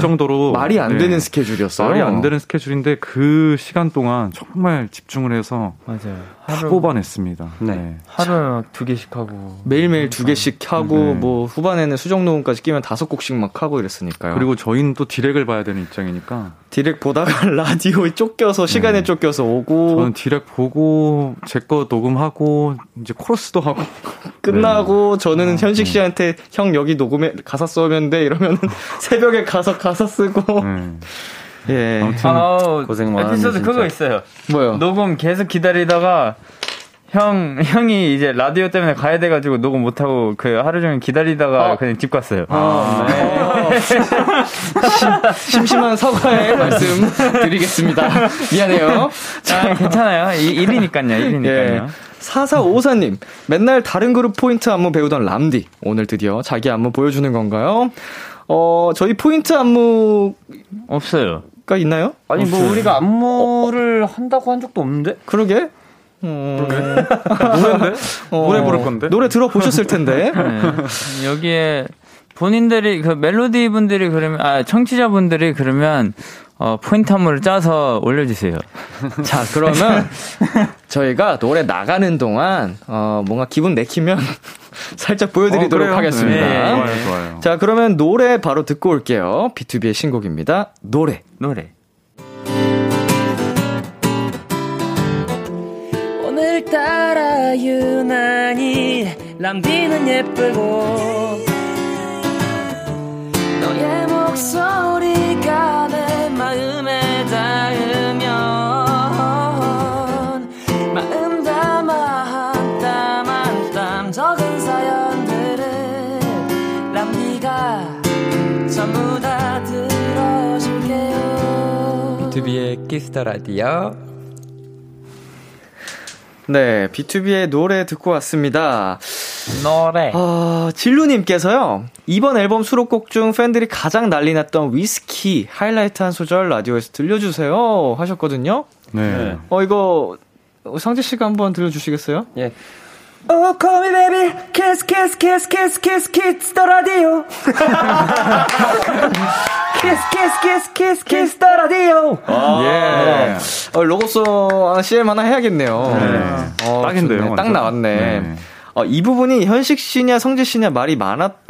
Speaker 7: 정도로
Speaker 2: 아. 말이 안
Speaker 7: 네.
Speaker 2: 되는 스케줄이었어요.
Speaker 7: 말이 안 되는 스케줄인데 그 시간 동안 정말 집중을 해서
Speaker 9: 맞아요.
Speaker 7: 다
Speaker 9: 하루,
Speaker 7: 뽑아냈습니다.
Speaker 6: 네.
Speaker 9: 하루에 두 개씩 하고.
Speaker 2: 매일매일 두 개씩 하고
Speaker 7: 네.
Speaker 2: 뭐 후반에는 수정 녹음까지 끼면 다섯 곡씩 막 하고 이랬으니까요.
Speaker 7: 그리고 저희는 또 디렉을 봐야 되는 입장이니까
Speaker 2: 디렉 보다가 (laughs) 라디오에 쫓겨서 시간에 쫓겨서 오고
Speaker 7: 저는 디렉 보고 제 거 녹음하고 이제 코러스도 하고
Speaker 2: 네. 끝나고 저는 현식 씨한테 형 여기 녹음에 가사 써면 돼 (laughs) 이러면 새벽에 가서 가사 쓰고
Speaker 7: 네.
Speaker 2: 예
Speaker 7: 아무튼
Speaker 9: 아우, 어,
Speaker 6: 고생 많았네,
Speaker 9: 에피소드
Speaker 6: 진짜.
Speaker 9: 그거 있어요.
Speaker 2: 뭐요
Speaker 9: 녹음 계속 기다리다가 형 형이 이제
Speaker 6: 어.
Speaker 9: 라디오 때문에 가야 돼가지고 녹음 못하고 그 하루 종일 기다리다가 그냥 집 갔어요.
Speaker 2: 심심한 (laughs) 사과의 말씀 (laughs) 드리겠습니다. 미안해요.
Speaker 1: 아, 괜찮아요. 이, 1위니까요, 1위니까요.
Speaker 2: 예. 4454님, 맨날 다른 그룹 포인트 안무 배우던 람디, 오늘 드디어 자기 안무 보여주는 건가요? 어, 저희 포인트 안무가
Speaker 1: 없어요.
Speaker 2: 있나요?
Speaker 6: 아니 뭐 우리가 안무를 한다고 한 적도 없는데?
Speaker 2: 그러게.
Speaker 7: 노래인데?
Speaker 2: 어,
Speaker 7: 노래 부를 건데?
Speaker 2: 노래 들어보셨을 (laughs) 텐데.
Speaker 1: 네. 여기에 본인들이 그 멜로디 분들이 그러면 아 청취자 분들이 그러면 어 포인트 한물을 짜서 올려주세요.
Speaker 2: 자, 그러면 (laughs) 저희가 노래 나가는 동안, 어, 뭔가 기분 내키면 (laughs) 살짝
Speaker 7: 어,
Speaker 2: 보여드리도록
Speaker 7: 그래요?
Speaker 2: 하겠습니다.
Speaker 7: 네, 좋아요, 좋아요.
Speaker 2: 자, 그러면 노래 바로 듣고 올게요. B2B의 신곡입니다. 노래.
Speaker 1: 노래.
Speaker 3: 오늘따라 유난히 람디는 예쁘고 너의 목소리가 내 마음에 닿으면 마음 담아 한땀한땀 적은 사연들을 람디가 전부 다 들어줄게요
Speaker 2: 네, B2B의 노래 듣고 왔습니다.
Speaker 1: 노래.
Speaker 2: 아, 진루님께서요, 이번 앨범 수록곡 중 팬들이 가장 난리 났던 위스키 하이라이트 한 소절 라디오에서 들려주세요 하셨거든요.
Speaker 7: 네.
Speaker 2: 어, 이거, 어, 상재 씨가 한번 들려주시겠어요?
Speaker 3: Oh, call me baby. Kiss, kiss, kiss, kiss, kiss, kiss the radio. kiss, kiss, kiss, kiss, kiss the radio.
Speaker 7: 아,
Speaker 2: 예. 어, 로고송 하나, CM 하나 해야겠네요.
Speaker 7: 네.
Speaker 2: 어,
Speaker 7: 딱인데요,
Speaker 2: 좋네. 딱
Speaker 7: 완전.
Speaker 2: 나왔네.
Speaker 7: 네.
Speaker 2: 어, 이 부분이 현식 씨냐 성재 씨냐 말이 많았거든요.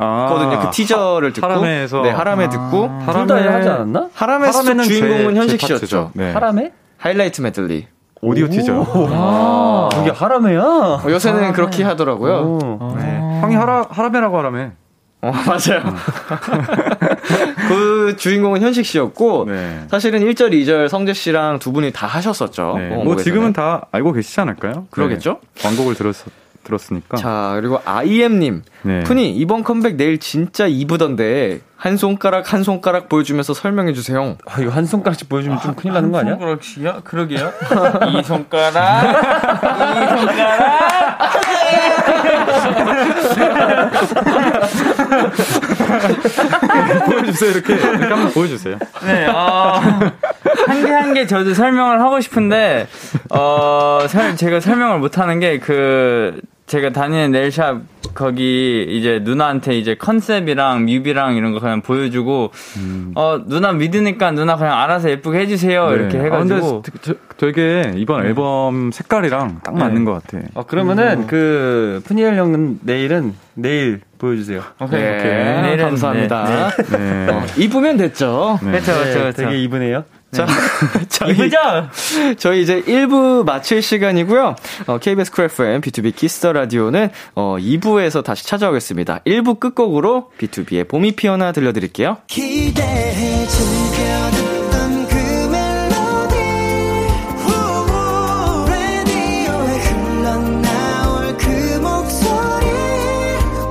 Speaker 7: 아,
Speaker 2: 그 티저를 듣고.
Speaker 7: 하람에에서. 아.
Speaker 2: 네, 하람에 듣고.
Speaker 6: 둘 다 하지 않았나?
Speaker 2: 하람의 속
Speaker 7: 하람에는 제-
Speaker 2: 주인공은
Speaker 7: 제
Speaker 2: 현식
Speaker 7: 파트죠.
Speaker 2: 씨였죠.
Speaker 7: 네.
Speaker 6: 하람에?
Speaker 2: 하이라이트 메들리.
Speaker 7: 오디오 티저.
Speaker 6: 아, 그게 하람에야?
Speaker 2: 어, 요새는 그렇게 하더라고요.
Speaker 6: 어.
Speaker 7: 네. 형이 하라, 하라메라고 하라메.
Speaker 2: 어, (laughs)
Speaker 7: (laughs)
Speaker 2: 맞아요. 그 주인공은 현식 씨였고,
Speaker 7: 네.
Speaker 2: 사실은 1절, 2절 성재 씨랑 두 분이 다 하셨었죠.
Speaker 7: 네.
Speaker 2: 어,
Speaker 7: 뭐 지금은
Speaker 2: 그래서는.
Speaker 7: 다 알고 계시지 않을까요?
Speaker 2: 그러겠죠?
Speaker 7: 네. 광곡을 들었, 들었으니까.
Speaker 2: 자, (laughs) 그리고 IM님.
Speaker 7: 네.
Speaker 2: 푸니, 이번 컴백 내일 진짜 이브던데, 한 손가락 한 손가락 보여주면서 설명해주세요.
Speaker 6: 아, 이거 한 손가락씩 보여주면 좀 큰일 나는 거 아니야?
Speaker 1: 손가락이야? 그러게요. (laughs) 이 손가락.
Speaker 7: 보여주세요, 이렇게. 이렇게 한번 보여주세요.
Speaker 1: 네. (laughs) 한 개 한 개 저도 설명을 하고 싶은데 어 설- 제가 설명을 못 하는 게 그 제가 다니는 네일샵 거기 이제 누나한테 이제 컨셉이랑 뮤비랑 이런 거 그냥 보여주고
Speaker 10: 음.
Speaker 1: 어 누나 믿으니까 누나 그냥 알아서 예쁘게 해주세요 이렇게
Speaker 7: 네.
Speaker 1: 해가지고
Speaker 7: 아,
Speaker 10: 그
Speaker 7: 근데 되- 되게 이번
Speaker 2: 네.
Speaker 7: 앨범 색깔이랑 딱 맞는 것 같아.
Speaker 2: 어,
Speaker 6: 아, 그러면은 그 푸니엘 형은 내일은 내일 보여주세요.
Speaker 2: 오케이,
Speaker 1: 오케이. 내일은,
Speaker 2: 네, 감사합니다.
Speaker 7: 네.
Speaker 2: 어, 입으면 됐죠.
Speaker 7: 네.
Speaker 1: 그렇죠 그렇죠 그렇죠.
Speaker 6: 되게 이분해요.
Speaker 2: 자, (laughs) 저희,
Speaker 1: 이쁘죠?
Speaker 2: 저희 이제 1부 마칠 시간이고요. 어, KBS 쿨 FM, B2B 키스터 라디오는 어, 2부에서 다시 찾아오겠습니다. 1부 끝곡으로 B2B의 봄이 피어나 들려드릴게요.
Speaker 3: 기대해 즐겨 듣던 그 멜로디 후, 라디오에 흘러나올 그 목소리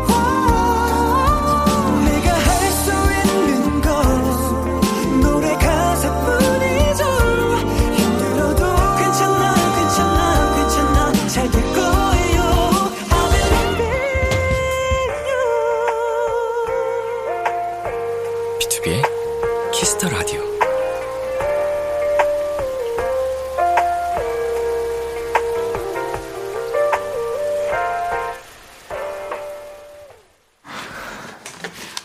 Speaker 3: 와, 내가 할 수 있는 건 노래 가사뿐이죠 힘들어도 괜찮아 괜찮아 괜찮아 잘 될 거예요 I believe in you
Speaker 10: B2B의 키스터 라디오.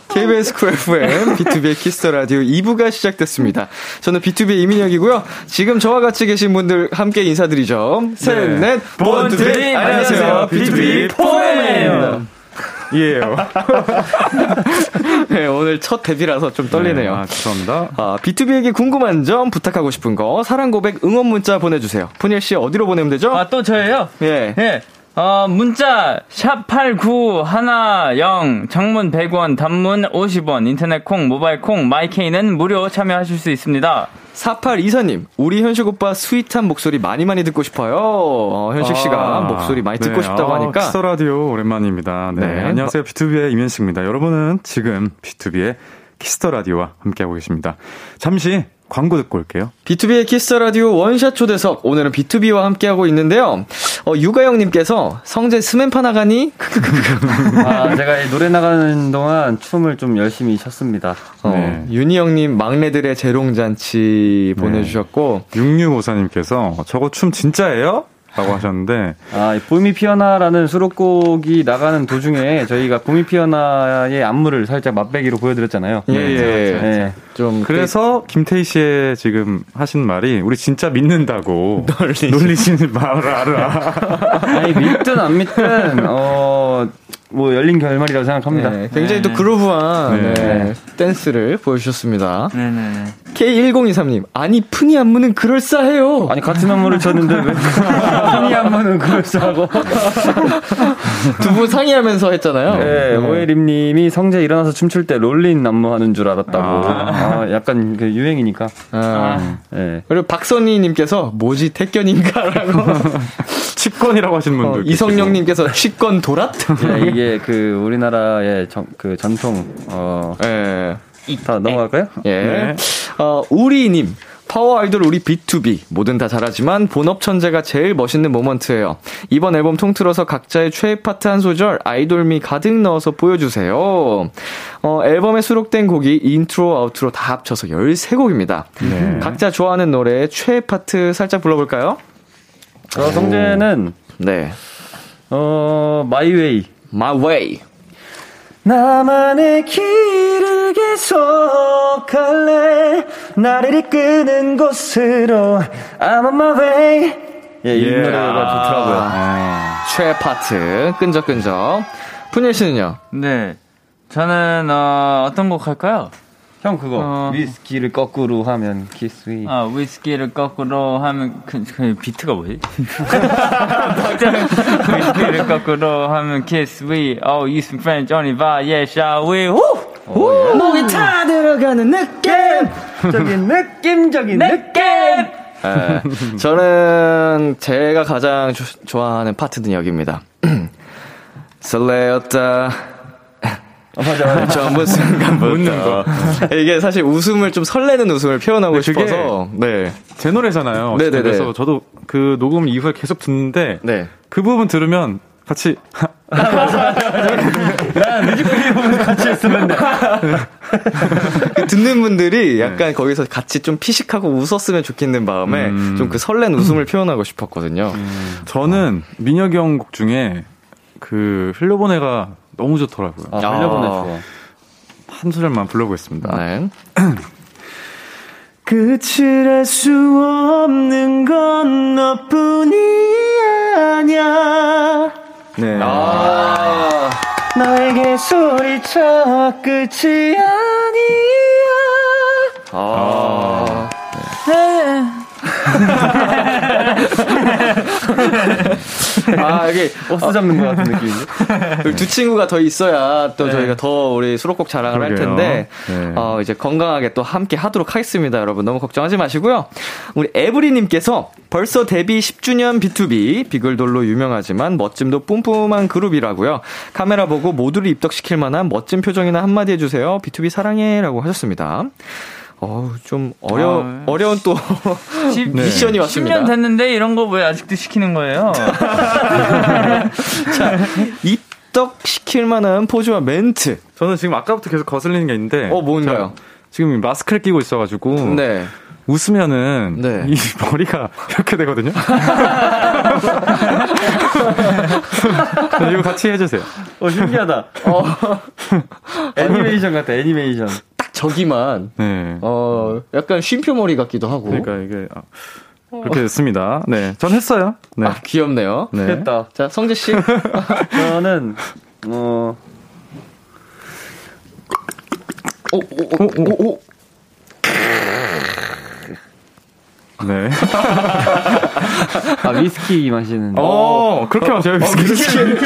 Speaker 2: KBS 쿨 FM, B2B의 키스터 라디오 2부가 시작됐습니다. 저는 B2B의 이민혁이고요. 지금 저와 같이 계신 분들 함께 인사드리죠. 셋, 넷, 본투비! 네. 안녕하세요. B2B
Speaker 7: (laughs)
Speaker 2: 포엠입니다.
Speaker 7: 이에요.
Speaker 2: (laughs) 네, 오늘 첫 데뷔라서 좀 떨리네요.
Speaker 7: 네, 아, 죄송합니다.
Speaker 2: 아, B2B에게 궁금한 점, 부탁하고 싶은 거, 사랑 고백, 응원 문자 보내주세요. 푸니엘 씨 어디로 보내면 되죠?
Speaker 1: 아 또 저예요?
Speaker 2: 예.
Speaker 7: 네.
Speaker 1: 예. 어, 문자, 샵8910, 장문 100원, 단문 50원, 인터넷 콩, 모바일 콩, 마이케이는 무료 참여하실 수 있습니다.
Speaker 2: 4824님, 우리 현식 오빠 스윗한 목소리 많이 많이 듣고 싶어요. 어, 현식 씨가
Speaker 7: 아,
Speaker 2: 목소리 많이 듣고
Speaker 7: 네.
Speaker 2: 싶다고
Speaker 7: 아,
Speaker 2: 하니까.
Speaker 7: 키스 라디오 오랜만입니다. 네.
Speaker 2: 네.
Speaker 7: 안녕하세요. B2B의 이면식입니다. 여러분은 지금 B2B의 키스터 라디오와 함께하고 계십니다. 잠시 광고 듣고 올게요.
Speaker 2: B2B의 키스 라디오 원샷 초대석 오늘은 B2B와 함께하고 있는데요. 어, 유가영님께서 성재 스맨파 나가니
Speaker 6: 아, 제가 이 노래 나가는 동안 춤을 좀 열심히 췄습니다.
Speaker 2: 어,
Speaker 7: 네.
Speaker 2: 윤희 형님 막내들의 재롱잔치 보내주셨고
Speaker 7: 6654님께서 저거 춤 진짜예요? 라고
Speaker 2: (laughs)
Speaker 7: 하셨는데
Speaker 6: 아, 이 봄이 피어나라는 수록곡이 나가는 도중에 저희가 봄이 피어나의 안무를 살짝 맛배기로 보여드렸잖아요.
Speaker 2: 예, 예.
Speaker 6: 예.
Speaker 2: 좀
Speaker 7: 그래서
Speaker 2: 네.
Speaker 7: 김태희 씨의 지금 하신 말이 우리
Speaker 2: (laughs)
Speaker 7: 진짜 믿는다고 놀리시지 말아라.
Speaker 6: 네. 아니, 믿든 안 믿든, 어, 뭐, 열린 결말이라고 생각합니다.
Speaker 2: 네, 굉장히 또 그루브한
Speaker 7: 네.
Speaker 2: 네, 댄스를 보여주셨습니다.
Speaker 9: 네네네.
Speaker 2: K1023님, 아니, 푸니 안무는 그럴싸해요.
Speaker 6: (laughs) 아니, 같은 안무를 췄는데 왜, (laughs) 흔히 안무는 그렇죠 (laughs) 그럴싸하고.
Speaker 2: 두 분 상의하면서 했잖아요.
Speaker 6: 네, 오해림 님이 성재 일어나서 춤출 때 롤린 안무 하는 줄 알았다고. 아, 약간 그 유행이니까.
Speaker 2: 아.
Speaker 6: 예.
Speaker 2: 그리고 박선희님께서, 뭐지, 택견인가라고.
Speaker 7: 치권이라고 하신 분도
Speaker 2: 어,
Speaker 7: 계시고.
Speaker 2: 이성령님께서, 치권 도랏?
Speaker 6: 예, 이게 그 우리나라의 정, 그 전통 어,
Speaker 2: 예.
Speaker 6: 다 넘어갈까요?
Speaker 2: 예.
Speaker 7: 네.
Speaker 2: 어, 우리님. 파워 아이돌 우리 B2B 뭐든 다 잘하지만 본업 천재가 제일 멋있는 모먼트예요. 이번 앨범 통틀어서 각자의 최애 파트 한 소절 아이돌미 가득 넣어서 보여주세요. 어, 앨범에 수록된 곡이 인트로 아우트로 다 합쳐서 13곡입니다. 각자 좋아하는 노래 최애 파트 살짝 불러볼까요?
Speaker 6: 저 어, 성재는
Speaker 2: 네.
Speaker 6: 어 마이웨이
Speaker 2: My Way.
Speaker 4: 나만의 길을 계속 갈래 나를 이끄는 곳으로 I'm on my way
Speaker 6: 예, 아. 이 노래가 좋더라고요.
Speaker 2: 최애 파트 끈적끈적. 푸니 씨는요?
Speaker 9: 네. 저는 어, 어떤 곡 할까요?
Speaker 6: 형 그거
Speaker 9: 어.
Speaker 6: 위스키를 거꾸로 하면 키스위.
Speaker 9: 아 위스키를 거꾸로 하면 그, 그 비트가 뭐지? 위스키를 거꾸로 하면 kiss we oh you some friend Johnny va yeah shall we 후
Speaker 4: 목이 타 들어가는 느낌 저긴 느낌적인 느낌
Speaker 2: 예. 저는 제가 가장 조- 좋아하는 파트는 여기입니다. (clears throat) 설레었다. 어, 전부 순간부터 이게 사실 웃음을 좀 설레는 웃음을 표현하고
Speaker 7: 그게
Speaker 2: 싶어서 네.
Speaker 7: 제 노래잖아요.
Speaker 2: 네네네.
Speaker 7: 어쨌든 그래서 저도 그 녹음 이후에 계속 듣는데
Speaker 2: 네.
Speaker 7: 그 부분 들으면 같이 (laughs)
Speaker 2: 그 듣는 분들이 약간 거기서 같이 좀 피식하고 웃었으면 좋겠는 마음에 음.
Speaker 7: 음.
Speaker 2: 좀 그 설렌 웃음을 표현하고 싶었거든요.
Speaker 7: 저는 민혁이 형 곡 중에 그 흘려보내가 너무 좋더라고요.
Speaker 6: 아, 흘려보내 좋아.
Speaker 7: 한 소절만 불러보겠습니다.
Speaker 2: 네.
Speaker 4: 끝을 알 수 없는 건 너뿐이 아냐
Speaker 7: 네.
Speaker 4: 너에게 소리쳐 끝이 아니야
Speaker 2: 아. 아, 이게
Speaker 6: 버스 잡는 것 같은 느낌.
Speaker 2: 우리 두 친구가 더 있어야 또 저희가 더 우리 수록곡 자랑을
Speaker 7: 그러게요.
Speaker 2: 할 텐데
Speaker 7: 네.
Speaker 2: 어, 이제 건강하게 또 함께 하도록 하겠습니다 여러분 너무 걱정하지 마시고요 우리 에브리님께서 벌써 데뷔 10주년 B2B 비글돌로 유명하지만 멋짐도 뿜뿜한 그룹이라고요 카메라 보고 모두를 입덕시킬 만한 멋진 표정이나 한마디 해주세요 B2B 사랑해라고 하셨습니다 어우 좀 어려
Speaker 9: 아,
Speaker 2: 어려운 또 (laughs) 네.
Speaker 9: 십-
Speaker 2: 미션이 왔습니다
Speaker 9: 10년 됐는데 이런 거 왜 아직도 시키는 거예요?
Speaker 1: 네.
Speaker 2: 입덕시킬 만한 포즈와 멘트
Speaker 7: 저는 지금 아까부터 계속 거슬리는 게 있는데
Speaker 2: 어 뭔가요
Speaker 7: 지금 마스크를 끼고 있어가지고
Speaker 2: 네
Speaker 7: 웃으면은
Speaker 2: 네.
Speaker 7: 이 머리가 이렇게 되거든요. 네, 이거 같이 해주세요.
Speaker 6: 어 신기하다. 애니메이션 같아 애니메이션.
Speaker 2: 저기만
Speaker 7: 네.
Speaker 2: 어 약간 쉼표 머리 같기도 하고
Speaker 7: 그러니까 이게 아, 그렇게 됐습니다. 네, 전 했어요. 네.
Speaker 2: 아 귀엽네요.
Speaker 7: 네.
Speaker 6: 됐다.
Speaker 2: 자 성재 씨
Speaker 6: 저는 어
Speaker 7: 네.
Speaker 6: 아, 위스키 마시는.
Speaker 7: 어, 그렇게 마셔요. 위스키.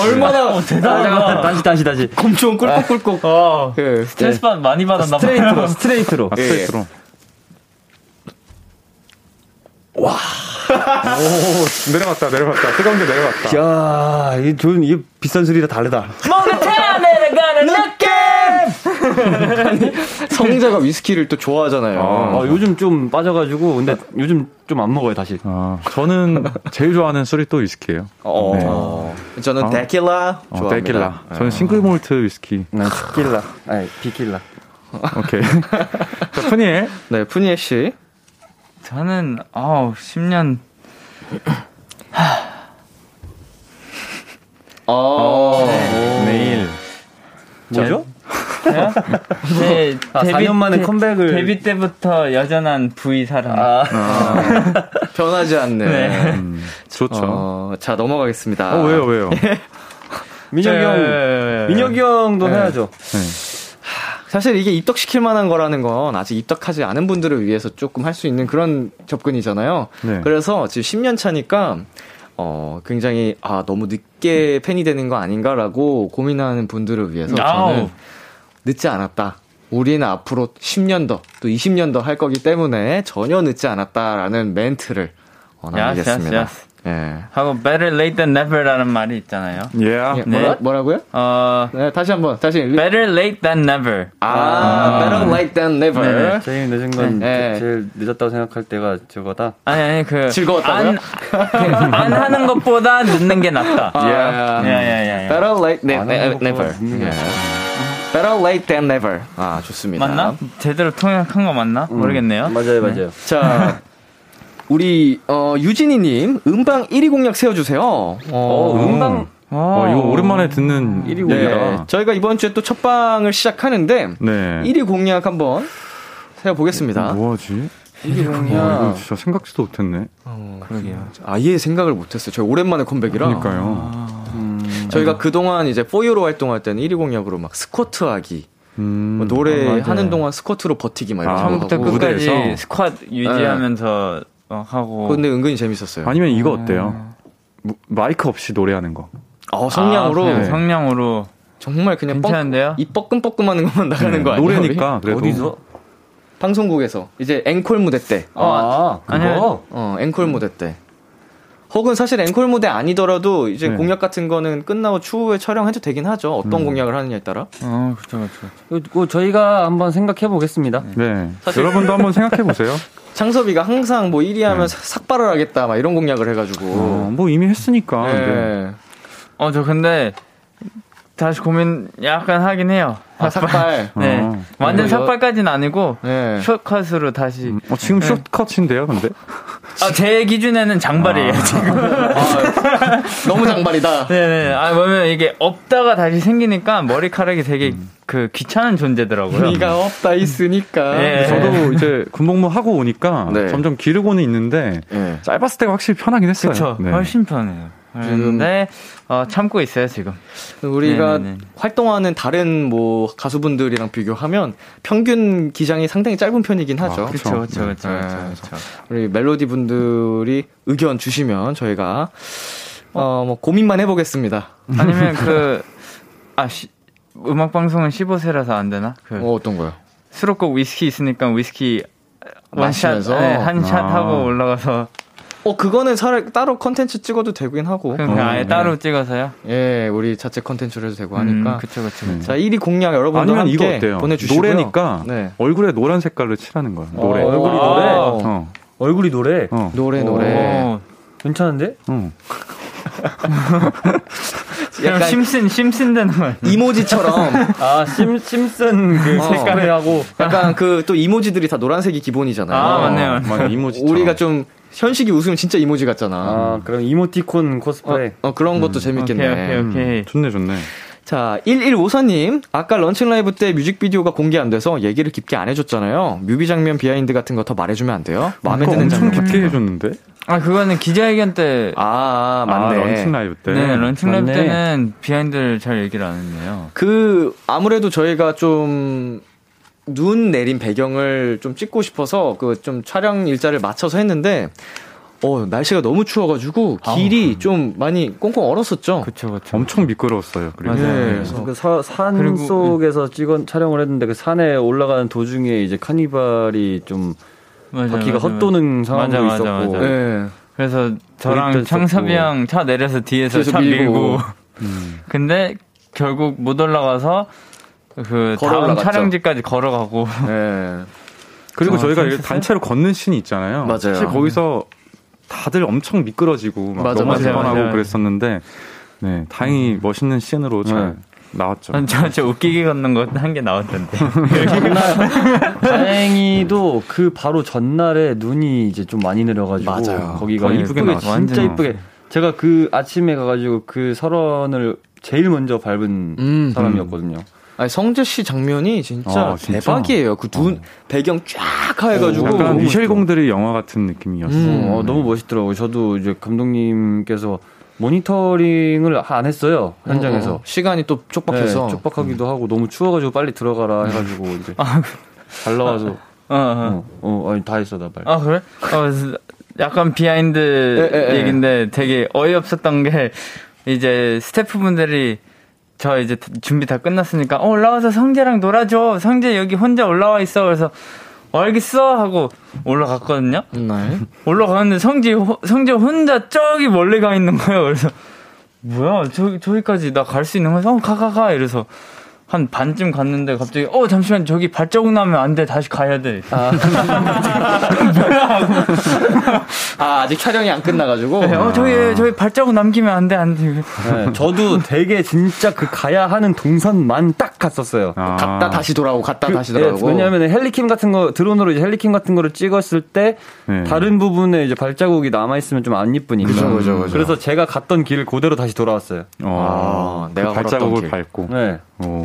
Speaker 2: 얼마나
Speaker 6: 아, 잠깐만, 다시, 다시, 다시.
Speaker 2: 엄청 꿀꺽꿀꺽
Speaker 9: 어,
Speaker 2: 예.
Speaker 9: 스트레스 받 많이
Speaker 2: 아,
Speaker 9: 받았나 봐요.
Speaker 6: 스트레이트로, 스트레이트로.
Speaker 7: 아, 스트레이트로. 와. 오, 내려갔다, 내려갔다. 뜨거운 게 내려갔다.
Speaker 6: 그러니까. 야, 이게 좋은, 이게 비싼 술이라 다르다.
Speaker 9: 목을 타내려가는 느낌
Speaker 2: 성자가 위스키를 또 좋아하잖아요.
Speaker 6: 어, 요즘 좀 빠져가지고 근데 요즘 좀 안 먹어요 다시.
Speaker 7: 아, 저는 제일 좋아하는 술이 또 위스키예요.
Speaker 2: 어. 저는
Speaker 7: 어.
Speaker 2: 데킬라
Speaker 7: 어,
Speaker 2: 좋아합니다.
Speaker 7: 데킬라. 저는 싱글몰트 위스키.
Speaker 6: 난 네, 비킬라. 아니 비킬라.
Speaker 7: 오케이. 자, 푸니엘.
Speaker 2: 네, 푸니엘 씨.
Speaker 9: 저는 아우 10년
Speaker 7: 아.
Speaker 2: 어. 네.
Speaker 7: 내일.
Speaker 6: 뭐죠?
Speaker 2: 네,
Speaker 9: 제
Speaker 6: 네. 아, 4년 만에 컴백을.
Speaker 9: 네, 데뷔 때부터 여전한 V 사랑.
Speaker 2: 아. 변하지 않네.
Speaker 7: 음, 좋죠. 어,
Speaker 2: 어, 자, 넘어가겠습니다.
Speaker 7: 왜요, 예. 왜요?
Speaker 6: 민혁이 형. 민혁이 형도 해야죠.
Speaker 2: 사실 이게 입덕시킬 만한 거라는 건 아직 입덕하지 않은 분들을 위해서 조금 할 수 있는 그런 접근이잖아요.
Speaker 7: 네.
Speaker 2: 그래서 지금 10년 차니까 어, 굉장히 아, 너무 늦게 팬이 되는 거 아닌가라고 고민하는 분들을 위해서
Speaker 9: 아우.
Speaker 2: 저는 늦지 않았다. 우리는 앞으로 10년 더, 또 20년 더 할 거기 때문에 전혀 늦지 않았다라는 멘트를 어, 남기겠습니다.
Speaker 9: 야스,
Speaker 2: 예.
Speaker 9: 하고 better late than never라는 말이 있잖아요.
Speaker 7: 예.
Speaker 2: 예,
Speaker 9: 네.
Speaker 2: 뭐라, 뭐라고요?
Speaker 9: 어
Speaker 2: 네, 다시 한번 다시 리-
Speaker 9: better late than never.
Speaker 2: 아, better late than never.
Speaker 9: 네.
Speaker 6: 제일 늦은 건
Speaker 2: 네.
Speaker 6: 그 제- 제일 늦었다고 생각할 때가 저거다.
Speaker 9: 아니 아니 그
Speaker 2: 즐거웠다고요?
Speaker 9: 안, 그, 안 하는 것보다 늦는 게 낫다.
Speaker 2: 예.
Speaker 9: 야야야.
Speaker 2: Better late than
Speaker 6: 네,
Speaker 2: ne- 아, never. 예. Better late than never. 아, 좋습니다.
Speaker 9: 맞나? 제대로 통역한 거 맞나?
Speaker 2: 음.
Speaker 9: 모르겠네요.
Speaker 6: 맞아요, 맞아요.
Speaker 2: 자, 우리 어, 유진이님 음방 1위 공약 세워주세요. 어,
Speaker 6: 음방
Speaker 7: 어, 이거 오랜만에 듣는
Speaker 2: 네,
Speaker 7: 얘기다.
Speaker 2: 저희가 이번 주에 또 첫 방을 시작하는데
Speaker 7: 네.
Speaker 2: 1위 공약 한번 세워보겠습니다.
Speaker 7: 뭐하지? 어, 이거 진짜 생각지도 못했네.
Speaker 2: 아예 생각을 못했어요. 저희 오랜만에 컴백이라. 아.
Speaker 7: 그러니까요. 음.
Speaker 2: 저희가 그동안 이제 포유로 활동할 때는 1위 공약으로 막 스쿼트 하기,
Speaker 7: 음,
Speaker 2: 뭐 노래 하는 동안 스쿼트로 버티기 막 이런
Speaker 7: 아,
Speaker 2: 거
Speaker 9: 처음부터
Speaker 2: 하고.
Speaker 9: 끝까지
Speaker 7: 무대에서?
Speaker 9: 스쿼트 유지하면서 어, 하고
Speaker 2: 근데 은근히 재밌었어요.
Speaker 7: 아니면 이거 어때요? 무- 마이크 없이 노래하는 거.
Speaker 2: 어, 성량으로
Speaker 9: 아,
Speaker 7: 네.
Speaker 9: 그냥 성량으로
Speaker 2: 정말 그냥 뻑-
Speaker 9: 괜찮은데요?
Speaker 2: 이 뻐끔뻐끔하는 것만 나가는 거 아니에요?
Speaker 7: 네. 노래니까 그래도
Speaker 6: 어디서?
Speaker 2: 우리? 방송국에서 이제 앵콜 무대 때,
Speaker 6: 아, 그거?
Speaker 9: 아니요.
Speaker 2: 어 앵콜 무대 때. 혹은 사실 앵콜 무대 아니더라도 이제
Speaker 7: 네. 음.
Speaker 2: 공약 같은 거는 끝나고 추후에 촬영해도 되긴 하죠. 어떤 공약을 하느냐에 따라.
Speaker 9: 어 그쵸 그쵸
Speaker 6: 이거- 이거 저희가 한번 생각해 보겠습니다.
Speaker 7: 네. 여러분도 한번 생각해
Speaker 2: (laughs)
Speaker 7: 보세요.
Speaker 2: 창섭이가 항상 뭐 1위 하면 사- 삭발을 하겠다 막 이런 공약을
Speaker 7: 네. 어,
Speaker 2: 해가지고.
Speaker 7: 뭐 이미 했으니까. 네.
Speaker 2: 예.
Speaker 9: 어저 근데 다시 고민 약간 하긴 해요
Speaker 2: 아, 삭발.
Speaker 9: (laughs) 네
Speaker 7: 어.
Speaker 9: 완전
Speaker 2: 이거-
Speaker 9: 삭발까지는 아니고
Speaker 2: 예.
Speaker 9: 숏컷으로 다시
Speaker 7: 어,
Speaker 2: 네.
Speaker 7: 지금 쇼컷인데요, 근데?
Speaker 9: 아 제 기준에는 장발이에요 지금
Speaker 7: 아.
Speaker 2: (laughs) 너무 장발이다.
Speaker 9: 네네 아 보면 이게 없다가 다시 생기니까 머리카락이 되게 그 귀찮은 존재더라고요
Speaker 2: 네가 없다 있으니까.
Speaker 9: 네.
Speaker 7: 저도 이제 군복무 하고 오니까
Speaker 2: 네.
Speaker 7: 점점 기르고는 있는데
Speaker 2: 예.
Speaker 7: 짧았을 때가 확실히 편하긴 했어요.
Speaker 9: 그쵸
Speaker 7: 네.
Speaker 9: 훨씬 편해요 근데 어, 참고 있어요 지금
Speaker 2: 우리가
Speaker 9: 네네네.
Speaker 2: 활동하는 다른 뭐 가수분들이랑 비교하면 평균 기장이 상당히 짧은 편이긴 하죠.
Speaker 7: 아, 그쵸.
Speaker 9: 그쵸 그쵸
Speaker 7: 네.
Speaker 9: 그쵸
Speaker 2: 네.
Speaker 9: 그쵸 그쵸
Speaker 2: 우리 멜로디 분들이 의견 주시면 저희가 어 뭐 고민만 해보겠습니다.
Speaker 9: 아니면 그, 아, 시- 음악방송은 15세라서 안 되나? 그,
Speaker 2: 어, 어떤 거요?
Speaker 9: 수록곡 위스키 있으니까 위스키 원샷,
Speaker 2: 마시면서?
Speaker 9: 네, 한샷
Speaker 7: 아.
Speaker 9: 하고 올라가서.
Speaker 2: 어 그거는 차라리 따로 컨텐츠 찍어도 되긴 하고
Speaker 9: 그냥
Speaker 7: 어,
Speaker 9: 아예
Speaker 7: 네.
Speaker 9: 따로 찍어서요?
Speaker 2: 음. 예 우리 자체 컨텐츠를 해도 되고
Speaker 9: 음,
Speaker 2: 하니까
Speaker 9: 그쵸, 그쵸, 그쵸.
Speaker 2: 자 1위 공략 여러분들
Speaker 7: 아니면
Speaker 2: 함께
Speaker 7: 이거 어때요?
Speaker 2: 보내주시고요.
Speaker 7: 노래니까
Speaker 2: 네.
Speaker 7: 얼굴에 노란 색깔로 칠하는 거야. 노래.
Speaker 2: 어,
Speaker 6: 얼굴이
Speaker 2: 아.
Speaker 6: 노래.
Speaker 7: 어,
Speaker 6: 얼굴이 노래.
Speaker 7: 어,
Speaker 2: 노래 노래
Speaker 9: 오,
Speaker 6: 괜찮은데?
Speaker 7: 어.
Speaker 9: 그냥
Speaker 2: 약간-
Speaker 9: 심슨, 심슨 되는 거 아니야?
Speaker 2: 이모지처럼
Speaker 6: 아, 심, 심슨 (laughs) 그
Speaker 2: 어.
Speaker 6: 색깔에 하고.
Speaker 2: 약간 그 또 이모지들이 다 노란색이 기본이잖아요.
Speaker 9: 아, 맞네요. 맞네요.
Speaker 7: 막 어, 이모지.
Speaker 2: (laughs) 우리가 좀 현식이 웃으면 진짜 이모지 같잖아.
Speaker 6: 아, 그럼 이모티콘 코스프레.
Speaker 2: 어, 그런 것도 재밌겠네.
Speaker 9: 오케이, 오케이,
Speaker 2: 예.
Speaker 9: 오케이.
Speaker 7: 음, 좋네, 좋네.
Speaker 2: 아, 자, 1154님. 아까 런칭 라이브 때 뮤직비디오가 공개 안 돼서 얘기를 깊게 안 해줬잖아요. 뮤비 장면 비하인드 같은 거 더 말해주면 안 돼요? 마음에
Speaker 7: 그거
Speaker 2: 드는
Speaker 7: 엄청
Speaker 2: 장면.
Speaker 7: 깊게 해줬는데?
Speaker 9: 아, 그거는 기자회견 때.
Speaker 2: 아, 맞네.
Speaker 7: 아, 런칭 라이브 때.
Speaker 9: 네, 런칭 랩
Speaker 6: 맞네.
Speaker 9: 때는 비하인드를 잘 얘기를 안 했네요.
Speaker 2: 그, 아무래도 저희가 좀, 눈 내린 배경을 좀 찍고 싶어서 그 좀 촬영 일자를 맞춰서 했는데, 어, 날씨가 너무 추워가지고 길이 좀 많이 꽁꽁 얼었었죠.
Speaker 9: 그쵸, 그쵸.
Speaker 7: 엄청 미끄러웠어요. 그리고
Speaker 9: 맞아요.
Speaker 7: 네.
Speaker 2: 그래서
Speaker 6: 그 사- 산
Speaker 9: 그리고-
Speaker 6: 속에서 찍은 촬영을 했는데 그 산에 올라가는 도중에 이제 카니발이 좀
Speaker 9: 맞아요,
Speaker 6: 바퀴가
Speaker 9: 맞아요,
Speaker 6: 헛도는 상황도
Speaker 9: 맞아, 맞아,
Speaker 6: 있었고.
Speaker 9: 맞아.
Speaker 2: 예.
Speaker 9: 그래서
Speaker 6: 그립도
Speaker 9: 저랑 창섭이
Speaker 6: 있었고.
Speaker 9: 형 차 내려서 뒤에서 (laughs)
Speaker 2: 뒤에서
Speaker 9: 차 밀고,
Speaker 2: 밀고.
Speaker 9: 근데 결국 못 올라가서 그
Speaker 2: 걸어
Speaker 9: 다음
Speaker 2: 올라갔죠.
Speaker 9: 촬영지까지 걸어가고 (laughs)
Speaker 2: 네.
Speaker 7: 그리고
Speaker 9: 어,
Speaker 7: 저희가
Speaker 9: 재밌었어요?
Speaker 7: 단체로 걷는 씬이 있잖아요.
Speaker 2: 맞아요.
Speaker 7: 사실 거기서 다들 엄청 미끄러지고 막
Speaker 2: 맞아, 음.
Speaker 7: 넘어질
Speaker 9: 맞아요,
Speaker 7: 뻔하고
Speaker 9: 맞아요.
Speaker 7: 그랬었는데 네, 다행히 멋있는 씬으로
Speaker 2: 네.
Speaker 7: 잘 나왔죠.
Speaker 9: 전 진짜 웃기게 걷는 거 한 개
Speaker 2: (laughs)
Speaker 9: 나왔던데.
Speaker 6: 다행히도 그 바로 전날에 눈이 이제 좀 많이 내려가지고
Speaker 7: 맞아요.
Speaker 6: 거기가
Speaker 7: 더 이쁘게
Speaker 6: 이쁘게
Speaker 7: 나왔어요.
Speaker 6: 진짜
Speaker 7: 완전.
Speaker 6: 이쁘게 제가 그 아침에 가가지고 그 설원을 제일 먼저 밟은
Speaker 2: 음.
Speaker 6: 사람이었거든요.
Speaker 2: 아니, 성재 씨 장면이 진짜,
Speaker 7: 아, 진짜? 어,
Speaker 2: 대박이에요. 그 눈, 배경 쫙 해가지고. 어. 음.
Speaker 7: 약간 그
Speaker 2: 너무
Speaker 7: 미셸 공들이 영화 같은 느낌이었어요.
Speaker 6: 어, 너무 멋있더라고요. 저도 이제 감독님께서 모니터링을 안 했어요 현장에서.
Speaker 2: 어, 어. 시간이 또 촉박해서.
Speaker 6: 네, 촉박하기도 하고 너무 추워가지고 빨리 들어가라 해가지고 이제
Speaker 7: 아, 그.
Speaker 6: 잘 나와서
Speaker 9: 어, 어.
Speaker 2: 음.
Speaker 6: 어, 어 아니 다 했어 나 빨리.
Speaker 9: 아 그래? 어, 약간 비하인드
Speaker 2: 예, 예, 예.
Speaker 9: 얘긴데 되게 어이없었던 게 이제 스태프분들이 저 이제 준비 다 끝났으니까 어, 올라와서 성재랑 놀아줘. 성재 여기 혼자 올라와 있어. 그래서 어, 알겠어 하고 올라갔거든요.
Speaker 2: 네.
Speaker 9: 올라가는데 성재 호- 성재 혼자 저기 멀리 가 있는 거예요. 그래서 뭐야 저 저기까지 나 갈 수 있는 거야? 어가가가 이래서 한 반쯤 갔는데 갑자기 어 잠시만 저기 발자국 나면 안 돼 다시 가야 돼.
Speaker 2: (laughs) 아, 아직 촬영이 안 끝나가지고.
Speaker 9: 네, 어 저기 저기 발자국 남기면 안 돼 안 돼.
Speaker 6: 네, 저도 되게 진짜 그 가야 하는 동선만 딱 갔었어요.
Speaker 7: 아,
Speaker 2: 갔다 다시 돌아오고, 갔다
Speaker 6: 그-
Speaker 2: 다시 돌아오고.
Speaker 6: 예, 왜냐하면 헬리캠 같은 거 드론으로 이제 헬리캠 같은 거를 찍었을 때
Speaker 7: 네.
Speaker 6: 다른 부분에 이제 발자국이 남아 있으면 좀 안 이쁘니까.
Speaker 2: 그죠, 그죠, 그죠.
Speaker 6: 래서 제가 갔던 길을 그대로 다시 돌아왔어요.
Speaker 7: 어,
Speaker 2: 아,
Speaker 7: 그
Speaker 2: 내가 걸었던 길.
Speaker 7: 발자국을
Speaker 2: (laughs)
Speaker 7: 밟고.
Speaker 6: 네.
Speaker 7: 오,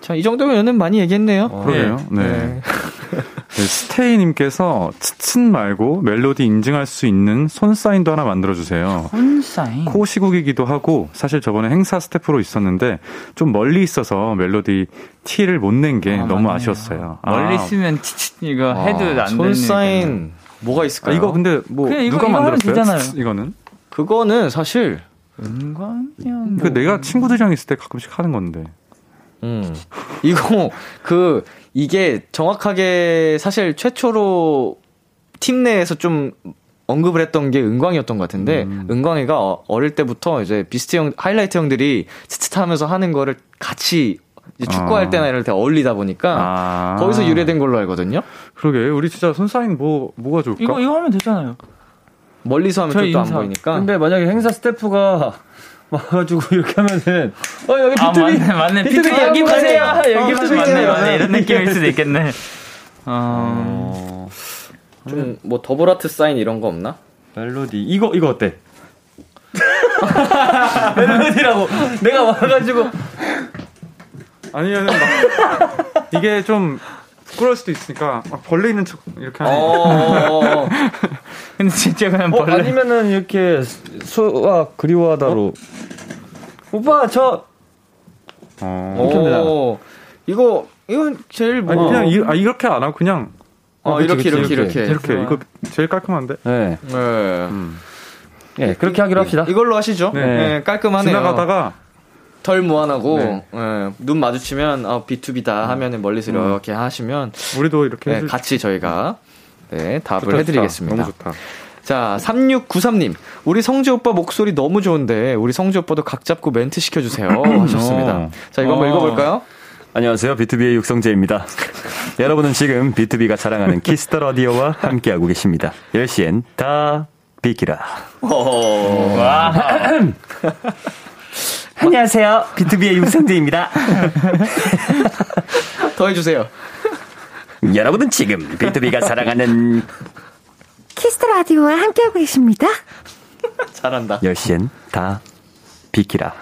Speaker 2: 자, 이 정도면은 많이 얘기했네요.
Speaker 9: 어,
Speaker 7: 그러네요.
Speaker 9: 예.
Speaker 7: 네.
Speaker 9: (laughs)
Speaker 7: 네, 스테이님께서 치친 말고 멜로디 인증할 수 있는 손 사인도 하나 만들어 주세요.
Speaker 9: 혼사인.
Speaker 7: 코 시국이기도 하고 사실 저번에 행사 스태프로 있었는데 좀 멀리 있어서 멜로디 티를 못 낸 게 너무 아쉬웠어요. 아,
Speaker 9: 아, 멀리 있으면 치치 이거
Speaker 2: 아,
Speaker 9: 해도 안 되는.
Speaker 2: 손 사인 뭐가
Speaker 7: 아,
Speaker 2: 있을까요?
Speaker 7: 이거 근데 뭐
Speaker 9: 그냥 이거-
Speaker 7: 누가
Speaker 9: 이거 하면
Speaker 7: 만들었어요?
Speaker 9: 되잖아요.
Speaker 7: 치- 이거는
Speaker 2: 그거는 사실
Speaker 9: 은관이야.
Speaker 7: 그 내가 친구들이랑 있을 때 가끔씩 하는 건데.
Speaker 2: 음. 이거 그 이게 정확하게 사실 최초로 팀 내에서 좀 언급을 했던 게 은광이었던 것 같은데 은광이가 어- 어릴 때부터 이제 비스트 형 하이라이트 형들이 스트 하면서 하는 거를 같이 이제 축구할
Speaker 7: 아.
Speaker 2: 때나 이럴 때 어울리다 보니까
Speaker 7: 아.
Speaker 2: 거기서 유래된 걸로 알거든요.
Speaker 7: 그러게 우리 진짜 손 사인 뭐 뭐가 좋을까?
Speaker 9: 이거 이거 하면 되잖아요.
Speaker 2: 멀리서 하면
Speaker 9: 저희
Speaker 2: 또 안
Speaker 9: 인사.
Speaker 2: 보이니까.
Speaker 6: 근데 만약에 행사 스태프가 (laughs) 와가지고 이렇게 하면은 어 여기
Speaker 9: 아
Speaker 6: 비트비
Speaker 9: 맞네 맞네.
Speaker 6: 비트비
Speaker 9: 비트비
Speaker 6: 여기
Speaker 9: 여기
Speaker 6: 보세요.
Speaker 9: 보세요. 여기
Speaker 6: 어,
Speaker 9: 보세요.
Speaker 6: 비트비
Speaker 9: 맞네
Speaker 6: 보세요.
Speaker 9: 맞네. 이런 느낌일 수도 있겠네. 어.
Speaker 2: 좀 뭐 더블아트 사인 이런 거 없나?
Speaker 6: 멜로디 이거
Speaker 2: (laughs)
Speaker 6: 이거 어때? 멜로디라고 내가 와가지고
Speaker 7: 아니면 막 이게 좀 부끄러울 수도 있으니까 막 벌레 있는 척 이렇게 하는 거.
Speaker 2: 어.
Speaker 9: 근데 진짜 그냥
Speaker 6: 어,
Speaker 9: 벌레.
Speaker 6: 아니면은 이렇게 수학 그리워하다로 오빠 저
Speaker 7: 어.
Speaker 2: 오. 이거 이건 제일 뭐
Speaker 7: 아니 그냥 이, 아, 이렇게 안 하고 그냥
Speaker 2: 어,
Speaker 6: 그치,
Speaker 2: 이렇게
Speaker 6: 그치,
Speaker 2: 이렇게
Speaker 6: 이렇게.
Speaker 2: 이렇게.
Speaker 7: 이렇게 이거 제일 깔끔한데.
Speaker 6: 네,
Speaker 2: 네.
Speaker 6: 예 그렇게 하기로 합시다.
Speaker 2: 이걸로 하시죠.
Speaker 7: 네.
Speaker 2: 네, 깔끔하네요.
Speaker 7: 지나가다가
Speaker 2: 덜 무한하고
Speaker 7: 네. 음.
Speaker 2: 예, 눈 마주치면 아 B2B다 하면은 멀리서 이렇게 하시면
Speaker 7: 우리도 이렇게
Speaker 2: 네,
Speaker 7: 해줄-
Speaker 2: 같이 저희가 네, 답을
Speaker 7: 좋다, 좋다.
Speaker 2: 해드리겠습니다.
Speaker 7: 너무 좋다.
Speaker 2: 자, 3693님. 우리 성재 오빠 목소리 너무 좋은데, 우리 성재 오빠도 각 잡고 멘트 시켜주세요. (clears throat) 하셨습니다.
Speaker 7: 어.
Speaker 2: 자, 이거 한번
Speaker 9: 어.
Speaker 2: 읽어볼까요?
Speaker 6: 안녕하세요. 비투비의 (laughs) 육성재입니다. 여러분은 지금 비투비가 자랑하는 키스터 라디오와 함께하고 계십니다. 10시엔 다 비키라. (laughs) 안녕하세요. 비투비의 육성재입니다.
Speaker 2: 더 해주세요.
Speaker 6: (laughs) 여러분은 지금 비투비가 자랑하는
Speaker 11: 키스터 라디오와 함께하고 계십니다.
Speaker 2: 잘한다.
Speaker 6: 10시엔 다 비키라.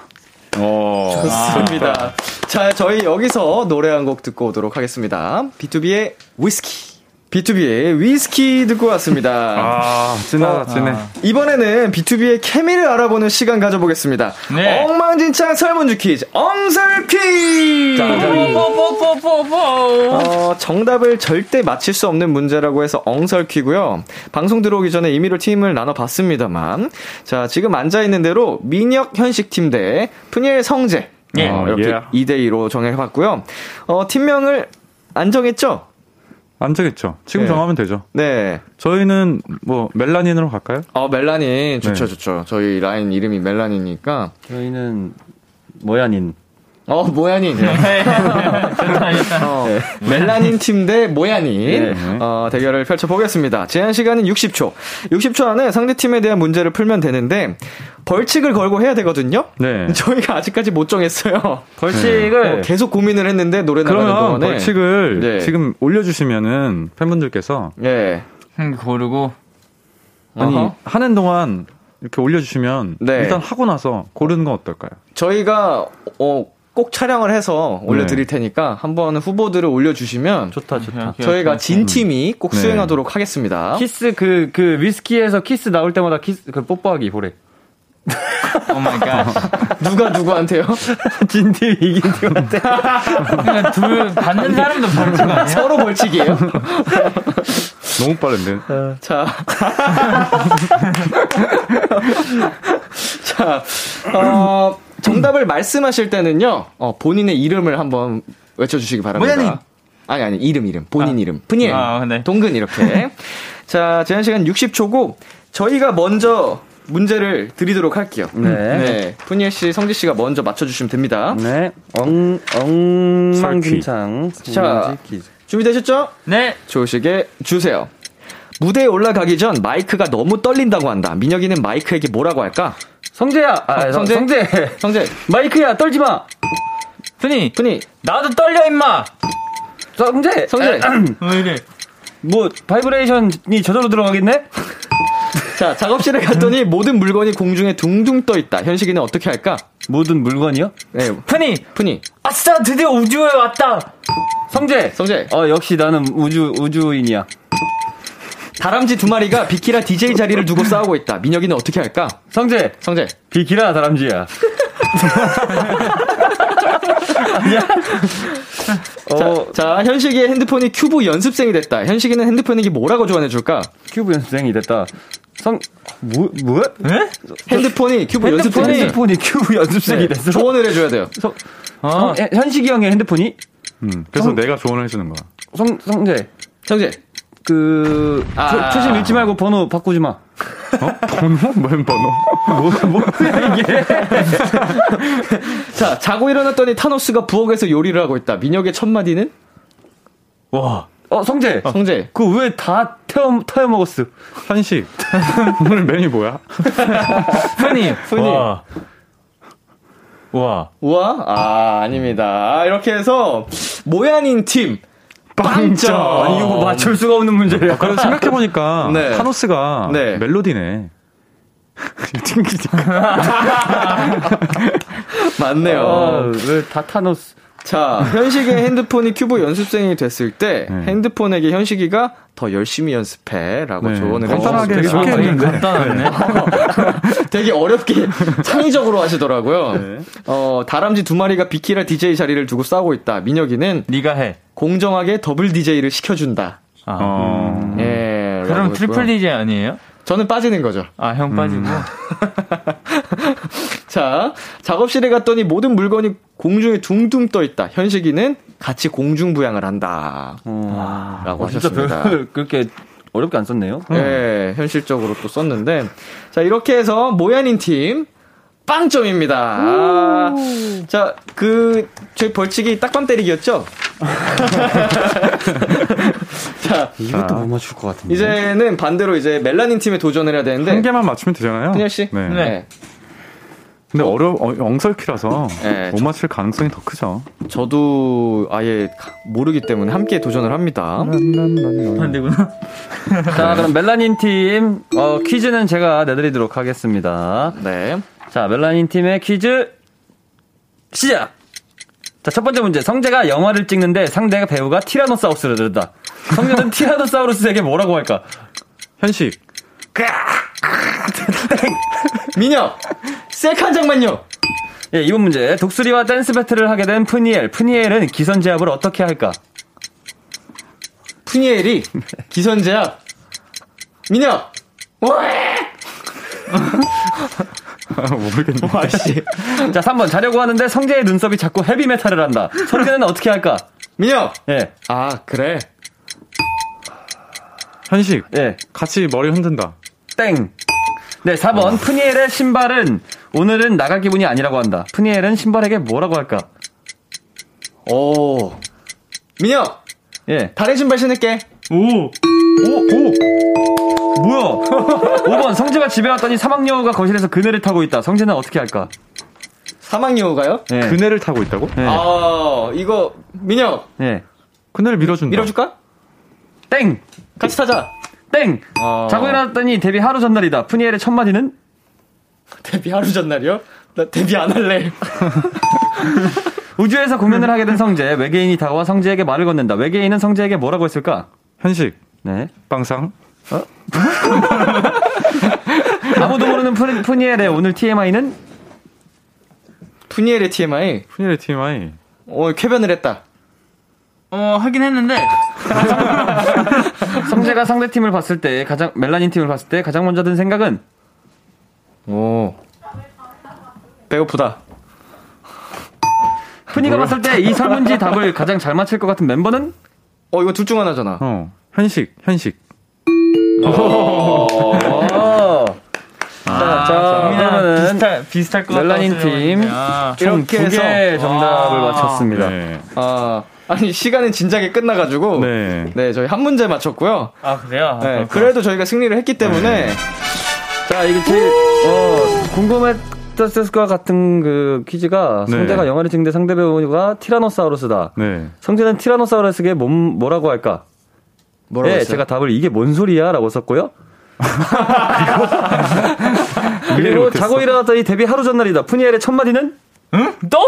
Speaker 2: 좋습니다. 자, 저희 여기서 노래 한 곡 듣고 오도록 하겠습니다. B2B의 위스키. B2B의 위스키 듣고 왔습니다.
Speaker 7: 아,
Speaker 2: 어,
Speaker 7: 진하다, 진해.
Speaker 2: 이번에는 B2B의 케미를 알아보는 시간 가져보겠습니다.
Speaker 9: 네.
Speaker 2: 엉망진창 설문지 퀴즈, 엉설 퀴즈!
Speaker 9: 뽀뽀뽀뽀뽀뽀.
Speaker 2: 어, 정답을 절대 맞힐 수 없는 문제라고 해서 엉설퀴고요. 방송 들어오기 전에 임의로 팀을 나눠봤습니다만, 자 지금 앉아 있는 대로 민혁 현식 팀 대 푸니엘 성재
Speaker 9: 예.
Speaker 2: 어, 이렇게
Speaker 7: 예.
Speaker 2: 2대 2로 정해봤고요. 어, 팀명을 안정했죠?
Speaker 7: 안 되겠죠. 지금
Speaker 2: 네.
Speaker 7: 정하면 되죠.
Speaker 2: 네.
Speaker 7: 저희는 뭐 멜라닌으로 갈까요?
Speaker 2: 어 멜라닌 좋죠
Speaker 7: 네.
Speaker 2: 좋죠. 저희 라인 이름이 멜라닌이니까
Speaker 6: 저희는 모야닌.
Speaker 2: 어, 모야닌.
Speaker 7: 네.
Speaker 9: 좋다, 좋다.
Speaker 2: 어, 멜라닌 팀 대
Speaker 7: 네.
Speaker 2: 모야닌 어, 대결을 펼쳐보겠습니다. 제한 시간은 60초. 60초 안에 상대 팀에 대한 문제를 풀면 되는데 벌칙을 걸고 해야 되거든요.
Speaker 7: 네.
Speaker 2: (laughs) 저희가 아직까지 못 정했어요.
Speaker 6: 벌칙을
Speaker 2: 어, 계속 고민을 했는데 노래 나가는
Speaker 7: 그러면
Speaker 2: 동안에
Speaker 7: 벌칙을
Speaker 2: 네.
Speaker 7: 지금 올려주시면은 팬분들께서
Speaker 2: 예.
Speaker 9: 음, 고르고.
Speaker 7: 아니
Speaker 2: 어허.
Speaker 7: 하는 동안 이렇게 올려주시면
Speaker 2: 네.
Speaker 7: 일단 하고 나서 고르는 건 어떨까요?
Speaker 2: 저희가 어, 꼭 촬영을 해서 올려드릴
Speaker 7: 네.
Speaker 2: 테니까 한번 후보들을 올려주시면
Speaker 6: 좋다 좋다.
Speaker 2: 저희가 진 팀이 꼭
Speaker 7: 네.
Speaker 2: 수행하도록 하겠습니다.
Speaker 6: 키스 그 그 위스키에서 키스 나올 때마다 키스 그 뽀뽀하기 보래.
Speaker 9: 오 마이 갓.
Speaker 2: 누가
Speaker 7: (laughs)
Speaker 2: 누구한테요?
Speaker 6: 진팀 이긴 팀.
Speaker 9: 그러니까 둘 받는 사람도 벌칙 아니야?
Speaker 2: 서로 벌칙이에요.
Speaker 7: 너무 (laughs) 빠른데.
Speaker 2: 자. (laughs) 자, 어, 정답을 말씀하실 때는요, 어, 본인의 이름을 한번 외쳐주시기 바랍니다.
Speaker 9: 모자님.
Speaker 2: 아니, 아니, 이름, 이름. 본인 이름. 푸니엘.
Speaker 9: 아, 네.
Speaker 2: 동근, 이렇게. 자, 제한 시간 60초고, 저희가 먼저 문제를 드리도록 할게요. 네. 푸니엘 씨, 성지 씨가 먼저 맞춰주시면 됩니다.
Speaker 6: 네. 엉 음, 엉망진창.
Speaker 2: 자, 준비되셨죠?
Speaker 9: 네.
Speaker 2: 조식에 주세요. 무대에 올라가기 전 마이크가 너무 떨린다고 한다. 민혁이는 마이크에게 뭐라고 할까?
Speaker 6: 성재야. 아,
Speaker 2: 어, 성재?
Speaker 6: 성재. 성재.
Speaker 2: 성재,
Speaker 6: 마이크야 떨지 마.
Speaker 9: 흔히
Speaker 2: 푸니,
Speaker 9: 나도 떨려 임마.
Speaker 6: 성재. 아, 음.
Speaker 2: 성재.
Speaker 9: 왜 이래?
Speaker 6: 뭐 바이브레이션이 저절로 들어가겠네?
Speaker 2: 자, 작업실에
Speaker 6: 음.
Speaker 2: 갔더니 모든 물건이 공중에 둥둥 떠 있다. 현식이는 어떻게 할까?
Speaker 6: 모든 물건이요?
Speaker 2: 네,
Speaker 9: 흔히
Speaker 2: 푸니,
Speaker 9: 아싸 드디어 우주에 왔다.
Speaker 6: 성재.
Speaker 2: 성재.
Speaker 6: 어 역시 나는 우주 우주인이야.
Speaker 2: 다람쥐 두 마리가 비키라
Speaker 6: (laughs)
Speaker 2: DJ 자리를 두고 싸우고 있다. 민혁이는 어떻게 할까?
Speaker 6: 성재.
Speaker 2: 성재.
Speaker 6: 비키라 다람쥐야. 어,
Speaker 2: 자, 현식이의 핸드폰이 큐브 연습생이 됐다. 현식이는 핸드폰에게 뭐라고 조언해 줄까?
Speaker 6: 큐브 연습생이 됐다. 성, 뭐, 뭐?
Speaker 2: 핸드폰이 큐브
Speaker 6: 핸드폰이,
Speaker 2: 연습생이
Speaker 6: 핸드폰이 네. 어? 큐브 (laughs) 연습생이 됐어.
Speaker 2: 조언을 해줘야 돼요.
Speaker 6: 성, 현- 현식이 형의 핸드폰이?
Speaker 7: 음, 그래서 내가 조언을 해주는 거야.
Speaker 6: 성, 성재.
Speaker 2: 성재.
Speaker 6: 그,
Speaker 2: 아.
Speaker 6: 초, 초심 잃지 말고 번호 바꾸지 마.
Speaker 7: 어?
Speaker 2: (laughs)
Speaker 7: 번호? 뭔 번호?
Speaker 2: 자, 자고 일어났더니 타노스가 부엌에서 요리를 하고 있다. 민혁의 첫 마디는?
Speaker 6: 와. 어, 성재.
Speaker 2: 성재.
Speaker 6: 그 왜 다 태워, 태워 먹었어?
Speaker 2: (laughs)
Speaker 7: 한식. 오늘 메뉴 뭐야?
Speaker 9: 흔히 흔히.
Speaker 6: 와. 와.
Speaker 2: 우와? 아, 아닙니다. 이렇게 해서, 모양인 팀, 빵점! 뭐
Speaker 6: 아니, 이거 뭐 맞출 수가 없는 문제야.
Speaker 7: 아, 그래서 생각해보니까
Speaker 2: (laughs) 네.
Speaker 7: 타노스가
Speaker 2: 네.
Speaker 7: 멜로디네. 튕기니까.
Speaker 2: 맞네요.
Speaker 6: 아,
Speaker 7: 어.
Speaker 6: 왜다 타노스.
Speaker 2: 자, 현식의 핸드폰이 큐브 연습생이 됐을 때,
Speaker 7: 네.
Speaker 2: 핸드폰에게 현식이가 더 열심히 연습해. 라고
Speaker 7: 네.
Speaker 2: 어, 조언을
Speaker 7: 간단하게
Speaker 2: 해주셨습니다.
Speaker 7: 쉽게 했는데.
Speaker 9: 간단하네.
Speaker 2: 되게 어렵게 (laughs) 창의적으로 하시더라고요.
Speaker 7: 네.
Speaker 2: 어, 다람쥐 두 마리가 비키라 DJ 자리를 두고 싸우고 있다. 민혁이는
Speaker 9: 네가 해.
Speaker 2: 공정하게 더블 DJ를 시켜준다.
Speaker 6: 아, 음.
Speaker 7: 어.
Speaker 2: 예. 라고
Speaker 9: 그럼
Speaker 2: 했고요.
Speaker 9: 트리플 DJ 아니에요?
Speaker 2: 저는 빠지는 거죠.
Speaker 9: 아 형 빠지고.
Speaker 6: 음.
Speaker 2: 자, 작업실에 갔더니 모든 물건이 공중에 둥둥 떠 있다. 현식이는 같이 공중 부양을 한다. 라고
Speaker 6: 어. 아, 진짜
Speaker 2: 하셨습니다.
Speaker 6: 별로 그렇게 어렵게 안 썼네요.
Speaker 2: 예, 현실적으로 또 썼는데. 자, 이렇게 해서 모야닌 팀 빵점입니다. 아, 자, 그, 저희 벌칙이 딱밤 때리기였죠? (laughs) 자, 아.
Speaker 6: 이것도 못 맞출 것 같은데.
Speaker 2: 이제는 반대로 이제 멜라닌 팀에 도전을 해야 되는데.
Speaker 7: 한 개만 맞추면 되잖아요.
Speaker 2: 푸니엘 네. 씨?
Speaker 7: 네.
Speaker 9: 네.
Speaker 2: 예,
Speaker 7: 근데 어려 어, 엉설키라서
Speaker 2: 네,
Speaker 7: 못
Speaker 2: 저-
Speaker 7: 맞출 가능성이 더 크죠.
Speaker 2: 저도 아예 모르기 때문에 함께 도전을 합니다.
Speaker 9: 안 되구나.
Speaker 6: 자, 그럼 멜라닌 팀, 어, 퀴즈는 제가 내드리도록 하겠습니다.
Speaker 2: 네.
Speaker 6: 자, 멜라닌 팀의 퀴즈, 시작! 자, 첫 번째 문제. 성재가 영화를 찍는데 상대가 배우가 티라노사우스를 들었다. 성재는 (laughs) 티라노사우루스에게 뭐라고 할까?
Speaker 7: 현식.
Speaker 2: 민혁! 셀카 한 장만요!
Speaker 6: 예, 이번 문제. 독수리와 댄스 배틀을 하게 된 푸니엘. 푸니엘은 기선제압을 어떻게 할까?
Speaker 2: 푸니엘이 기선제압. 민혁!
Speaker 7: (laughs) 모르겠네.
Speaker 2: 아씨.
Speaker 6: 자, 3번. 자려고 하는데 성재의 눈썹이 자꾸 헤비메탈을 한다. 성재는 어떻게 할까?
Speaker 2: 민혁!
Speaker 6: 예,
Speaker 2: 아, 그래.
Speaker 7: 현식.
Speaker 6: 예.
Speaker 7: 같이 머리 흔든다.
Speaker 6: 땡. 네, 4번. 푸니엘의 신발은 오늘은 나갈 기분이 아니라고 한다. 푸니엘은 신발에게 뭐라고 할까?
Speaker 2: 오. 민혁!
Speaker 6: 예.
Speaker 2: 달의 신발 신을게.
Speaker 6: 오. 오. 오. 뭐야? (laughs) 5번 성재가 집에 왔더니 사막여우가 거실에서 그네를 타고 있다. 성재는 어떻게 할까?
Speaker 2: 사막여우가요?
Speaker 6: 예.
Speaker 7: 그네를 뭐? 타고 있다고?
Speaker 6: 예.
Speaker 2: 아, 이거, 민혁,
Speaker 6: 예.
Speaker 7: 그네를 밀어준다.
Speaker 2: 밀어줄까?
Speaker 6: 땡.
Speaker 2: 같이 타자.
Speaker 6: 땡.
Speaker 7: 아.
Speaker 6: 자고 일어났더니 데뷔 하루 전날이다. 푸니엘의 첫 마디는
Speaker 2: 데뷔 하루 전날이요? 나 데뷔 안 할래.
Speaker 6: 우주에서 공연을 하게 된 성재. 외계인이 다가와 성재에게 말을 건넨다. 외계인은 성재에게 뭐라고 했을까?
Speaker 7: 현식
Speaker 6: 네.
Speaker 7: 빵상.
Speaker 6: 아무도 모르는 푸니- 푸니엘의 오늘 TMI는
Speaker 2: 푸니엘의 TMI.
Speaker 7: 푸니엘의 TMI.
Speaker 2: 어, 쾌변을 했다.
Speaker 9: 어, 하긴 했는데.
Speaker 6: 성재가 상대 팀을 봤을 때 가장 멜라닌 팀을 봤을 때 가장 먼저 든 생각은
Speaker 2: 오. 배고프다.
Speaker 6: 푸니가 봤을 때 이 설문지 답을 가장 잘 맞힐 것 같은 멤버는
Speaker 2: 어, 이거 둘 중 하나잖아.
Speaker 7: 어. 현식, 현식.
Speaker 6: 어. 자, 자 그러면은
Speaker 9: 아, 비슷할, 비슷할 것 아, 같다.
Speaker 6: 멜라닌 팀.
Speaker 2: 이렇게 해서.
Speaker 6: 총두개 정답을 맞췄습니다.
Speaker 7: 네.
Speaker 2: 아, 아니, 시간은 진작에 끝나가지고.
Speaker 7: 네.
Speaker 2: 네, 저희 한 문제 맞췄고요.
Speaker 9: 아, 그래요? 아,
Speaker 2: 네,
Speaker 9: 그렇구나.
Speaker 2: 그래도 저희가 승리를 했기 때문에. 아,
Speaker 6: 자, 이게 제일 어, 궁금했던 것 같은 그 퀴즈가
Speaker 7: 네.
Speaker 6: 성대가 영화를 찍는데 상대 배우가 티라노사우루스다.
Speaker 7: 네.
Speaker 6: 성재는 티라노사우루스에게 몸, 뭐라고 할까?
Speaker 2: 뭐라고
Speaker 6: 예,
Speaker 2: 했어요?
Speaker 6: 제가 답을 이게 뭔 소리야라고 썼고요. (laughs) 그리고 자고 일어났더니 데뷔 하루 전날이다. 푸니엘의 첫 마디는 응? 또?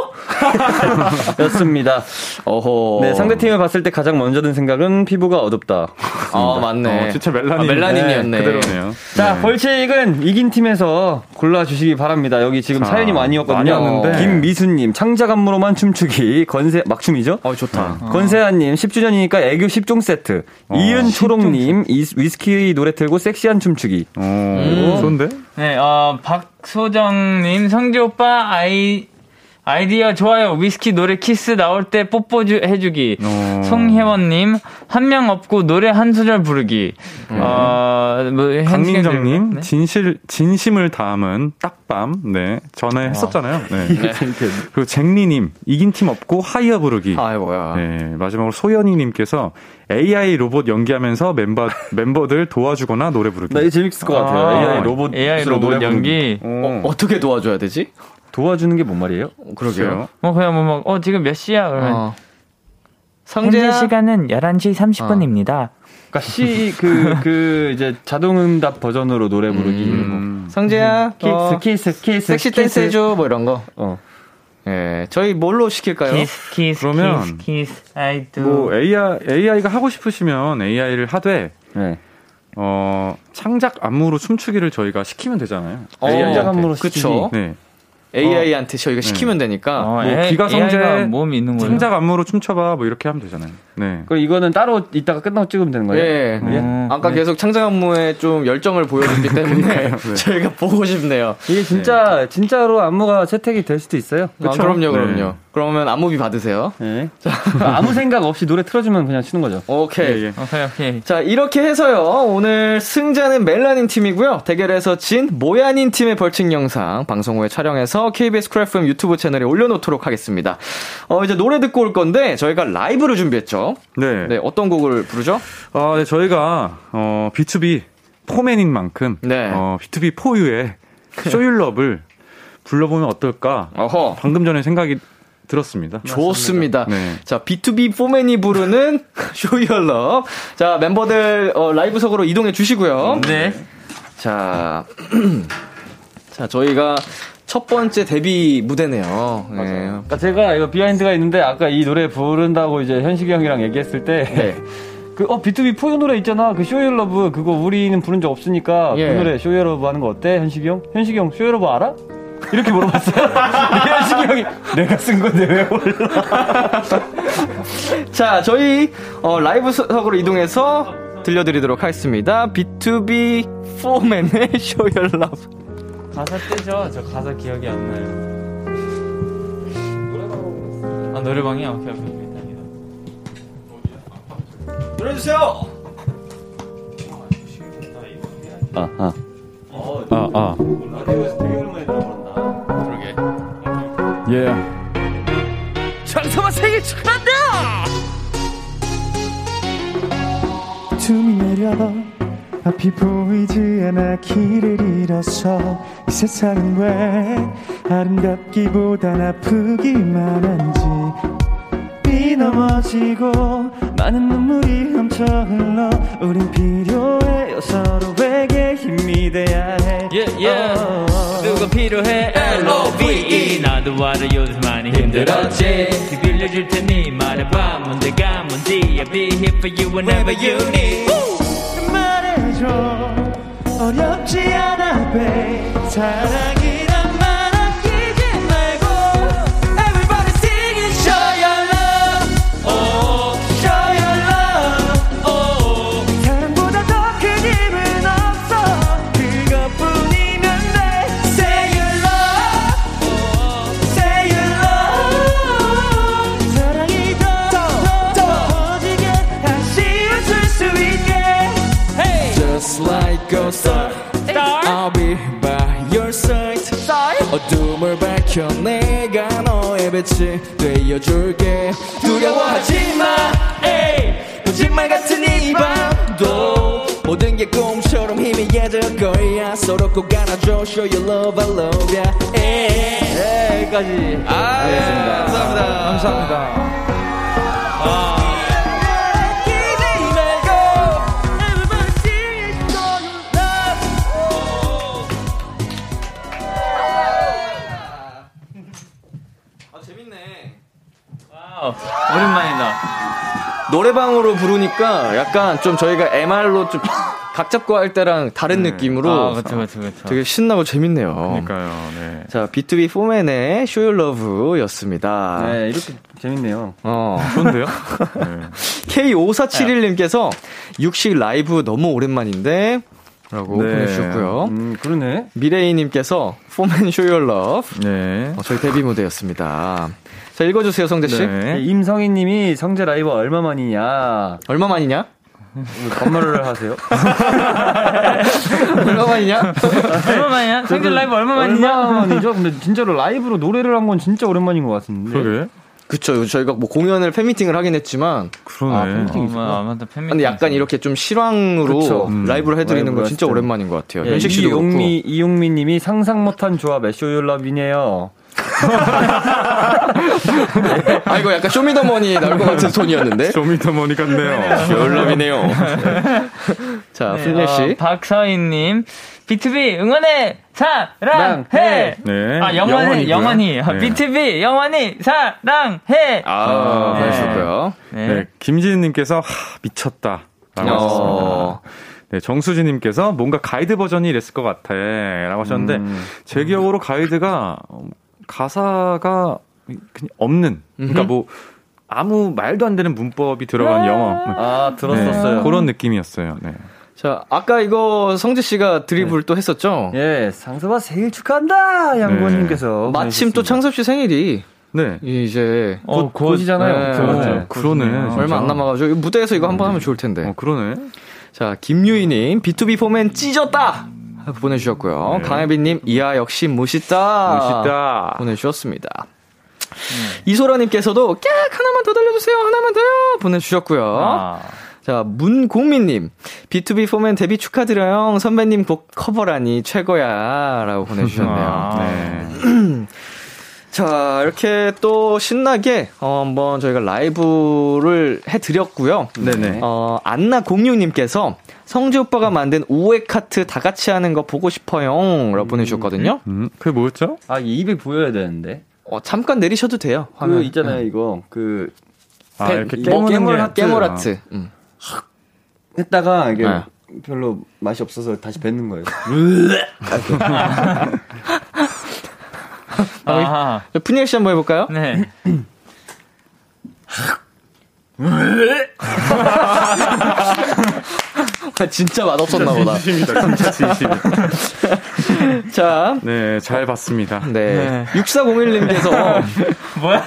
Speaker 6: (laughs) 였습니다.
Speaker 2: 어허.
Speaker 6: 네, 상대 팀을 봤을 때 가장 먼저 든 생각은 피부가 어둡다.
Speaker 2: 아, 맞네.
Speaker 7: 어, 진짜 멜라닌.
Speaker 2: 아, 멜라닌이었네.
Speaker 7: 그대로네요.
Speaker 6: 자,
Speaker 7: 네.
Speaker 6: 벌칙은 이긴 팀에서 골라주시기 바랍니다. 여기 지금
Speaker 7: 자,
Speaker 6: 사연이 많이
Speaker 7: 많이
Speaker 6: 왔거든요.
Speaker 7: 왔는데.
Speaker 6: 김미수님, 창작안무로만 춤추기, 건세, 막춤이죠?
Speaker 2: 어, 좋다.
Speaker 6: 건세아님, 10주년이니까 애교 10종 세트. 이은초롱님, 이- 위스키 노래 틀고 섹시한 춤추기.
Speaker 7: 어,
Speaker 2: 음.
Speaker 7: 좋은데?
Speaker 9: 네, 어, 박소정님, 성재 오빠, 아이, 아이디어 좋아요. 위스키 노래 키스 나올 때 뽀뽀 주, 해주기.
Speaker 7: 어.
Speaker 9: 송혜원님, 한 명 없고 노래 한 소절 부르기. 어, 뭐,
Speaker 7: 음. 강민정님
Speaker 9: 네?
Speaker 7: 진실 진심을 담은 딱밤 네 전에 했었잖아요. 네. 그리고 잭리님 이긴 팀 없고 하이어 부르기.
Speaker 2: 아이, 뭐야.
Speaker 7: 네 마지막으로 소연이님께서 AI 로봇 연기하면서 멤버 (laughs) 멤버들 도와주거나 노래 부르기.
Speaker 2: 네,
Speaker 6: 나 이거 재밌을 것 같아요.
Speaker 9: 아,
Speaker 6: AI 로봇.
Speaker 9: AI 로봇 연기.
Speaker 7: 어,
Speaker 2: 어떻게 도와줘야 되지?
Speaker 6: 도와주는 게 뭔 말이에요?
Speaker 2: 그러게요.
Speaker 9: 뭐, 그냥 뭐, 막, 어, 지금 몇 시야? 그러면.
Speaker 2: 어.
Speaker 9: 현재
Speaker 2: 성재야.
Speaker 9: 시간은 11시 30분입니다.
Speaker 6: 그니까 그러니까 C, 그, 그, 이제 자동응답 버전으로 노래 부르기. 뭐.
Speaker 2: 성재야.
Speaker 9: 음.
Speaker 2: 어,
Speaker 6: 키스, 키스, 키스.
Speaker 2: 섹시 댄스 해줘. 뭐 이런 거.
Speaker 6: 어.
Speaker 2: 예, 저희 뭘로 시킬까요?
Speaker 9: 키스, 키스,
Speaker 7: 그러면
Speaker 9: 키스, 키스, I do.
Speaker 7: 뭐 AI AI가 하고 싶으시면 AI를 하되
Speaker 6: 네.
Speaker 7: 어 창작 안무로 춤추기를 저희가 시키면 되잖아요.
Speaker 2: 어,
Speaker 6: 안무로
Speaker 2: 그쵸.
Speaker 7: 네
Speaker 2: AI한테 저희가 시키면 되니까.
Speaker 9: 어,
Speaker 7: 뭐
Speaker 9: 에-
Speaker 7: 귀가 성재,
Speaker 9: AI가 몸이 있는 거예요.
Speaker 7: 창작 안무로 춤춰봐 뭐 이렇게 하면 되잖아요. 네.
Speaker 6: 그 이거는 따로 이따가 끝나고 찍으면 되는 거예요?
Speaker 2: 예.
Speaker 9: 음.
Speaker 2: 아까 계속 창작 안무에 좀 열정을 보여줬기 때문에 (laughs) 저희가 보고 싶네요.
Speaker 6: 이게 진짜 진짜로 안무가 채택이 될 수도 있어요.
Speaker 2: 아, 그럼요, 그럼요.
Speaker 7: 네.
Speaker 2: 그러면 안무비 받으세요.
Speaker 6: 예. 아무 생각 없이 노래 틀어주면 그냥 치는 거죠.
Speaker 9: 네.
Speaker 2: 오케이.
Speaker 7: 예, 예.
Speaker 9: 오케이, 오케이.
Speaker 2: 자, 이렇게 해서요. 오늘 승자는 멜라닌 팀이고요. 대결에서 진 모야닌 팀의 벌칙 영상 방송 후에 촬영해서 KBS 크래프엠 유튜브 채널에 올려놓도록 하겠습니다. 어, 이제 노래 듣고 올 건데 저희가 라이브를 준비했죠.
Speaker 7: 네.
Speaker 2: 네, 어떤 곡을 부르죠?
Speaker 7: 아, 네, 저희가 어, B2B 포맨인 만큼
Speaker 2: 네.
Speaker 7: 어, B2B 포유의 쇼율럽을 불러보면 어떨까?
Speaker 2: 어허.
Speaker 7: 방금 전에 생각이 들었습니다.
Speaker 2: 좋습니다.
Speaker 7: 네.
Speaker 2: 자, B2B 포맨이 부르는 (laughs) 쇼이얼럽. 자, 멤버들 어, 라이브석으로 이동해 주시고요.
Speaker 9: 네.
Speaker 2: 자, (clears throat) 자 저희가 첫 번째 데뷔 무대네요. 네.
Speaker 6: 그러니까 제가 이거 비하인드가 있는데 아까 이 노래 부른다고 이제 현식이 형이랑 얘기했을 때.
Speaker 2: 네.
Speaker 6: (laughs) 그, 어, B2B 포유 노래 있잖아. 그, 쇼유 러브. 그거 우리는 부른 적 없으니까.
Speaker 2: 예.
Speaker 6: 그 노래, 쇼유 러브 하는 거 어때? 현식이 형? 현식이 형, 쇼유 러브 알아? 이렇게 물어봤어요. 현식이 형이 내가 쓴 건데 왜 몰라?
Speaker 2: 자, 저희 어, 라이브석으로 이동해서 들려드리도록 하겠습니다. B2B 포맨의 (laughs) 쇼이얼럽.
Speaker 9: 가사 뜨죠? 저 가사 기억이 안 나요. 노래방. 아, 노래방이야? 오케이, 오케이. 일단이요.
Speaker 6: 아, 아.
Speaker 7: 아, 아.
Speaker 6: 예. y
Speaker 4: 정아 생일 축하한다!
Speaker 12: 춤이 내려 앞이 보이지 않아 길을 잃어서 이 세상은 왜 아름답기보단 아프기만 한지 비 넘어지고 많은 눈물이 훔쳐 흘러 우린 필요해요 서로에게 힘이 돼야 해
Speaker 6: 예.
Speaker 9: yeah. 누가 필요해 L.O.V.E 나도 와를 요즘 많이 힘들었지 네 빌려줄 테니 말해봐 문제가 뭔지 I'll be here for you whenever you need
Speaker 12: 말해줘 어렵지 않아 babe 사랑이란 말 아끼지 말고 Everybody sing it show your love oh show your love oh 사랑보다 더 큰 힘은 없어 그것뿐이면 돼 Say your love oh say your love 사랑이 더더 더워지게 다시 웃을 수 있게
Speaker 3: Just like a star,
Speaker 2: 어.
Speaker 3: I'll be by your side. 어둠을 밝혀 내가 너의 빛이 되어줄게. 두려워하지 마, 에이. 거짓말 같은 이 밤도 모든 게 꿈처럼 희미해질 거야. 서로 꼭 안아줘, show your love, I love ya. 에이. 여기까지. 아, 예. 감사합니다. 감사합니다.
Speaker 9: 오랜만이다
Speaker 2: 노래방으로 부르니까 약간 좀 저희가
Speaker 3: (laughs)
Speaker 2: MR로 좀 각 잡고 할 때랑 다른
Speaker 3: 네.
Speaker 2: 느낌으로
Speaker 9: 아 그쵸 그쵸 그쵸
Speaker 2: 되게 신나고 재밌네요.
Speaker 7: 그러니까요. 네.
Speaker 2: 자, B2B 포맨의 Show Your Love였습니다.
Speaker 6: 네, 이렇게 재밌네요.
Speaker 2: 어.
Speaker 7: 좋은데요? 네.
Speaker 2: K5471님께서 육식 라이브 너무 오랜만인데 라고
Speaker 7: 네.
Speaker 2: 보내주셨고요.
Speaker 6: 음, 그러네.
Speaker 2: 미레이님께서 포맨 Show Your Love
Speaker 7: 네.
Speaker 2: 어, 저희 데뷔 무대였습니다. 자, 읽어주세요, 성재씨.
Speaker 6: 네,
Speaker 7: 네.
Speaker 6: 임성희 님이 성재 라이브 얼마만이냐.
Speaker 2: 얼마만이냐? (laughs)
Speaker 6: (laughs) 반말을 하세요.
Speaker 2: 얼마만이냐?
Speaker 9: 얼마만이야? 성질 라이브 얼마만이냐?
Speaker 6: 얼마만이죠? 근데 진짜로 라이브로 노래를 한 건 진짜 오랜만인 것 같은데.
Speaker 7: (laughs) 그러게.
Speaker 2: 그쵸, 저희가 뭐 공연을 팬미팅을 하긴 했지만
Speaker 7: 그러네.
Speaker 9: 어, 마- 아마 또 팬미팅
Speaker 2: 근데 약간 이렇게 좀 실황으로
Speaker 6: 그쵸.
Speaker 7: 음.
Speaker 2: 라이브를 해드리는
Speaker 6: 라이브로
Speaker 2: 건 진짜
Speaker 6: 했을 때.
Speaker 2: 오랜만인 것 같아요.
Speaker 6: 예,
Speaker 2: 현식 씨도 그렇고.
Speaker 6: 이용미 이용미 님이 상상 못한 조합 애쇼율럽이네요.
Speaker 2: (laughs) 아 이거 약간 쇼미더머니 나올 것 (laughs) 같은 톤이었는데.
Speaker 7: 쇼미더머니 같네요.
Speaker 2: 열럽이네요. (laughs) 자,
Speaker 9: 네,
Speaker 2: 플레
Speaker 9: 어,
Speaker 2: 씨.
Speaker 9: 박서희님, B2B 응원해 사랑해.
Speaker 6: 랑해.
Speaker 7: 네.
Speaker 9: 아
Speaker 7: 영원이고요.
Speaker 9: 영원히 영원히 아,
Speaker 7: 네.
Speaker 9: B2B 영원히 사랑해.
Speaker 2: 아,
Speaker 7: 네.
Speaker 2: 그러셨고요.
Speaker 9: 네.
Speaker 7: 네. 김지은님께서 하, 미쳤다. 라고 하셨습니다.
Speaker 2: 어.
Speaker 7: 네, 정수진님께서 뭔가 가이드 버전이 이랬을 것 같아. 라고 하셨는데, 제 기억으로 가이드가 음, 가사가 그냥 없는, 그러니까 뭐, 아무 말도 안 되는 문법이 들어간 영어.
Speaker 6: 아, 들었었어요.
Speaker 7: 네, 그런 느낌이었어요. 네.
Speaker 2: 자, 아까 이거 성재 씨가 드리블 또 했었죠?
Speaker 6: 예, 상서봐 생일 축하한다. 양보님께서
Speaker 2: 어, 마침 또 창섭 씨 생일이
Speaker 7: 네.
Speaker 2: 이제
Speaker 9: 어, 곧-
Speaker 6: 곧이잖아요.
Speaker 2: 네.
Speaker 6: 예, 맞죠?
Speaker 7: 어, 그러네. 진짜.
Speaker 2: 얼마 안 남아가지고 이거 무대에서 이거 한번 하면 좋을 텐데.
Speaker 7: 어, 그러네.
Speaker 2: 자, 김유희님 B2B 포맨 찢었다 하고 보내주셨고요. 강혜빈님 이야 역시
Speaker 6: 아,
Speaker 2: 멋있다.
Speaker 7: 멋있다.
Speaker 2: 아. 보내주셨습니다. 이소라님께서도 깍 하나만 더 달려주세요 하나만 더요 보내주셨고요. 자 문공민님 B2B 포맨 데뷔 축하드려요 선배님 곡 커버라니 최고야라고 보내주셨네요.
Speaker 7: 네.
Speaker 2: 자 이렇게 또 신나게 어, 한번 저희가 라이브를 해드렸고요.
Speaker 7: 네네.
Speaker 2: 어, 안나 공유님께서 성재 오빠가 만든 우회 카트 다 같이 하는 거 보고 싶어요라고 보내주셨거든요.
Speaker 7: 음, 그게 뭐였죠?
Speaker 6: 아, 200 보여야 되는데.
Speaker 2: 어, 잠깐 내리셔도 돼요. 화면 네.
Speaker 6: 그 있잖아요, 이거. 그
Speaker 7: 아,
Speaker 2: 팬-
Speaker 7: 이렇게
Speaker 2: 뭐,
Speaker 7: 깨무는
Speaker 2: 깨물
Speaker 7: 게.
Speaker 2: 하트. 깨물 하트. 음.
Speaker 6: 했다가 이게
Speaker 2: 네.
Speaker 6: 별로 맛이 없어서 다시 뱉는 거예요.
Speaker 9: 아하.
Speaker 2: 자, 푸니엘 씨 한번 해볼까요?
Speaker 9: 네.
Speaker 2: (laughs) 진짜 맛없었나 보다.
Speaker 7: 진심이다. 진짜 진심.
Speaker 2: (laughs) 자,
Speaker 7: 네, 잘 봤습니다.
Speaker 2: 네. 6401님께서
Speaker 9: 뭐야?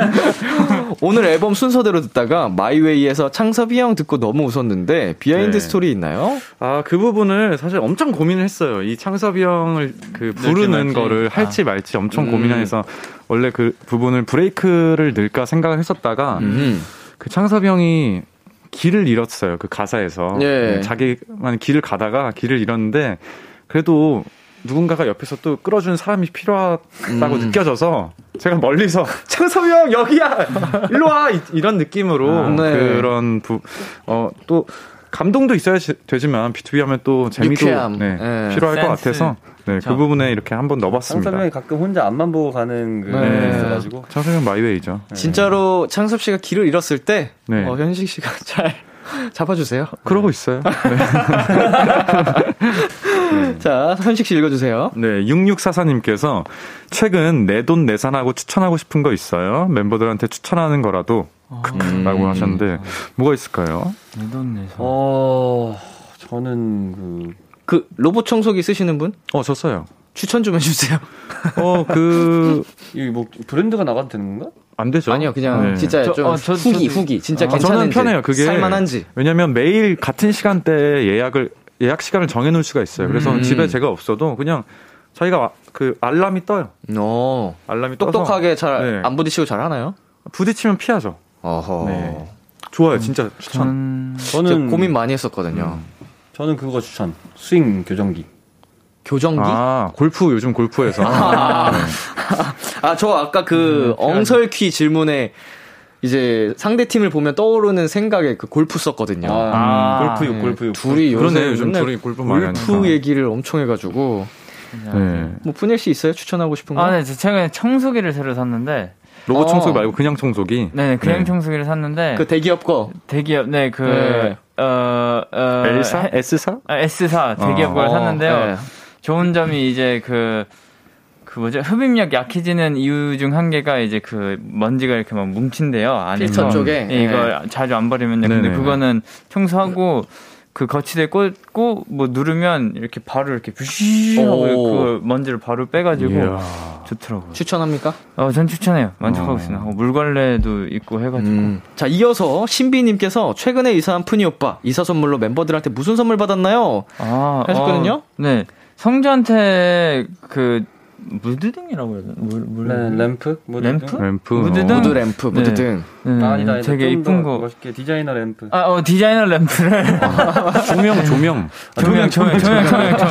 Speaker 2: (laughs) 오늘 앨범 순서대로 듣다가 마이웨이에서 창섭이 형 듣고 너무 웃었는데 비하인드
Speaker 7: 네.
Speaker 2: 스토리 있나요?
Speaker 7: 아, 그 부분을 사실 엄청 고민을 했어요. 이 창섭이 형을 그 부르는
Speaker 9: 말지. 아. 음.
Speaker 7: 거를 할지 말지 엄청 고민해서 원래 그 부분을 브레이크를 넣을까 생각을 했었다가
Speaker 9: 음.
Speaker 7: 그 창섭이 형이 길을 잃었어요. 그 가사에서. 네,
Speaker 2: 예.
Speaker 7: 자기만 길을 가다가 길을 잃었는데 그래도 누군가가 옆에서 또 끌어주는 사람이 필요하다고
Speaker 9: 음.
Speaker 7: 느껴져서 제가 멀리서 창섭이 형 여기야 일로 와 이- 이런 느낌으로
Speaker 2: 네.
Speaker 7: 그런 부어또 감동도 있어야 지- 되지만 B2B 하면 또 재미도
Speaker 2: 유쾌함.
Speaker 7: 네,
Speaker 2: 네.
Speaker 7: 필요할 것
Speaker 9: 센스.
Speaker 7: 같아서 네, 그 부분에 이렇게 한번 넣어봤습니다.
Speaker 6: 상상형이 가끔 혼자 앞만 보고 가는 그
Speaker 2: 네.
Speaker 6: 있어가지고
Speaker 7: 창섭이 형 마이웨이죠.
Speaker 2: 진짜로 창섭 씨가 길을 잃었을 때
Speaker 7: 네.
Speaker 2: 어, 현식 씨가 (laughs) 잘 잡아주세요.
Speaker 7: 그러고
Speaker 2: (laughs)
Speaker 7: 있어요.
Speaker 2: 자, 현식 씨 읽어주세요.
Speaker 7: 네, 6644님께서 최근 내 돈 내산하고 추천하고 싶은 거 있어요? 멤버들한테 추천하는 거라도
Speaker 9: 아.
Speaker 7: 크크라고
Speaker 2: 음.
Speaker 7: 하셨는데 뭐가 있을까요?
Speaker 6: 어 저는 그
Speaker 2: 그 로봇 청소기 쓰시는 분
Speaker 7: 어, 저 써요.
Speaker 2: 추천 좀 해주세요. (laughs)
Speaker 7: 어, 그,
Speaker 6: 이게 뭐 브랜드가 나가도 되는 건가?
Speaker 7: 안 되죠.
Speaker 2: 아니요, 그냥
Speaker 7: 네.
Speaker 2: 진짜
Speaker 9: 저-
Speaker 2: 좀
Speaker 9: 어, 저-
Speaker 2: 후기
Speaker 9: 저도-
Speaker 2: 후기 진짜
Speaker 7: 아, 저는
Speaker 2: 괜찮은지
Speaker 7: 편해요. 그게
Speaker 2: 살만한지.
Speaker 7: 왜냐면 매일 같은 시간대에 예약을 예약 시간을 정해놓을 수가 있어요. 그래서
Speaker 2: 음.
Speaker 7: 집에 제가 없어도 그냥 자기가 와- 그 알람이 떠요.
Speaker 2: 어,
Speaker 7: 알람이 떠서
Speaker 2: 똑똑하게 잘
Speaker 7: 네.
Speaker 2: 안 부딪히고 잘 하나요?
Speaker 7: 부딪히면 피하죠.
Speaker 2: 어허.
Speaker 7: 네.
Speaker 2: 음.
Speaker 7: 좋아요, 진짜 추천.
Speaker 2: 저
Speaker 6: 저는
Speaker 2: 고민 많이 했었거든요.
Speaker 7: 음.
Speaker 6: 저는 그거 추천 스윙 교정기.
Speaker 2: 교정기? 아,
Speaker 7: 아 골프 요즘 골프에서
Speaker 2: 저 (laughs) 아까
Speaker 7: 음,
Speaker 2: 그 엉설퀴 질문에 이제 상대 팀을 보면 떠오르는 생각에 그 골프 썼거든요. 음.
Speaker 6: 아, 골프 육 골프 육.
Speaker 2: 둘이 요새
Speaker 7: 음, 그러네, 요즘
Speaker 2: 맨날
Speaker 7: 둘이 골프 많이
Speaker 2: 골프
Speaker 7: 하니까.
Speaker 2: 얘기를 엄청 해가지고
Speaker 7: 네.
Speaker 2: 뭐 푸넬 씨 있어요 추천하고 싶은 거?
Speaker 9: 아, 네, 저 최근에 청소기를 새로 샀는데,
Speaker 7: 로봇 청소기
Speaker 2: 어.
Speaker 7: 말고 그냥 청소기.
Speaker 9: 네, 네, 그냥
Speaker 7: 네.
Speaker 9: 청소기를 샀는데,
Speaker 2: 그 대기업 거.
Speaker 9: 대기업, 네, 그,
Speaker 2: 네.
Speaker 9: 어, 어,
Speaker 7: L사, S사?
Speaker 9: 아, S사 대기업
Speaker 7: 어.
Speaker 9: 걸 샀는데요.
Speaker 2: 네.
Speaker 9: 좋은 점이 이제 그, 그 뭐죠? 흡입력 약해지는 이유 중 한 개가 이제 그 먼지가 이렇게 막 뭉친대요. 안에서.
Speaker 2: 필터 쪽에? 네.
Speaker 9: 예, 이걸 자주 안 버리면요. 근데
Speaker 7: 네네네.
Speaker 9: 그거는 청소하고 그 거치대 꽂고 뭐 누르면 이렇게 바로 이렇게 뷰쉬 하고
Speaker 2: 오.
Speaker 9: 그 먼지를 바로 빼가지고
Speaker 7: 이야.
Speaker 9: 좋더라고요.
Speaker 2: 추천합니까?
Speaker 9: 어, 전 추천해요. 만족하고 있습니다. 어, 물걸레도 있고 해가지고.
Speaker 7: 음.
Speaker 2: 자 이어서 신비님께서 최근에 이사한 푸니 오빠 이사 선물로 멤버들한테 무슨 선물 받았나요?
Speaker 9: 아,
Speaker 2: 하셨거든요?
Speaker 9: 어, 네. 성주한테 그 무드등이라고 해야 되나? 물, 물,
Speaker 6: 네, 램프? 뭐
Speaker 9: 램프?
Speaker 7: 램프.
Speaker 9: 무드등?
Speaker 7: 어.
Speaker 2: 무드 램프, 무드
Speaker 9: 네.
Speaker 2: 등.
Speaker 9: 네,
Speaker 6: 아, 아니다, 아니다.
Speaker 9: 되게
Speaker 6: 좀더
Speaker 9: 이쁜 거.
Speaker 6: 멋있게 디자이너 램프.
Speaker 9: 아, 어, 디자이너 램프를.
Speaker 2: 아,
Speaker 7: 조명, 조명.
Speaker 6: 아,
Speaker 9: 조명, 조명, 조명, 조명,
Speaker 6: (laughs)
Speaker 9: 조명. 조명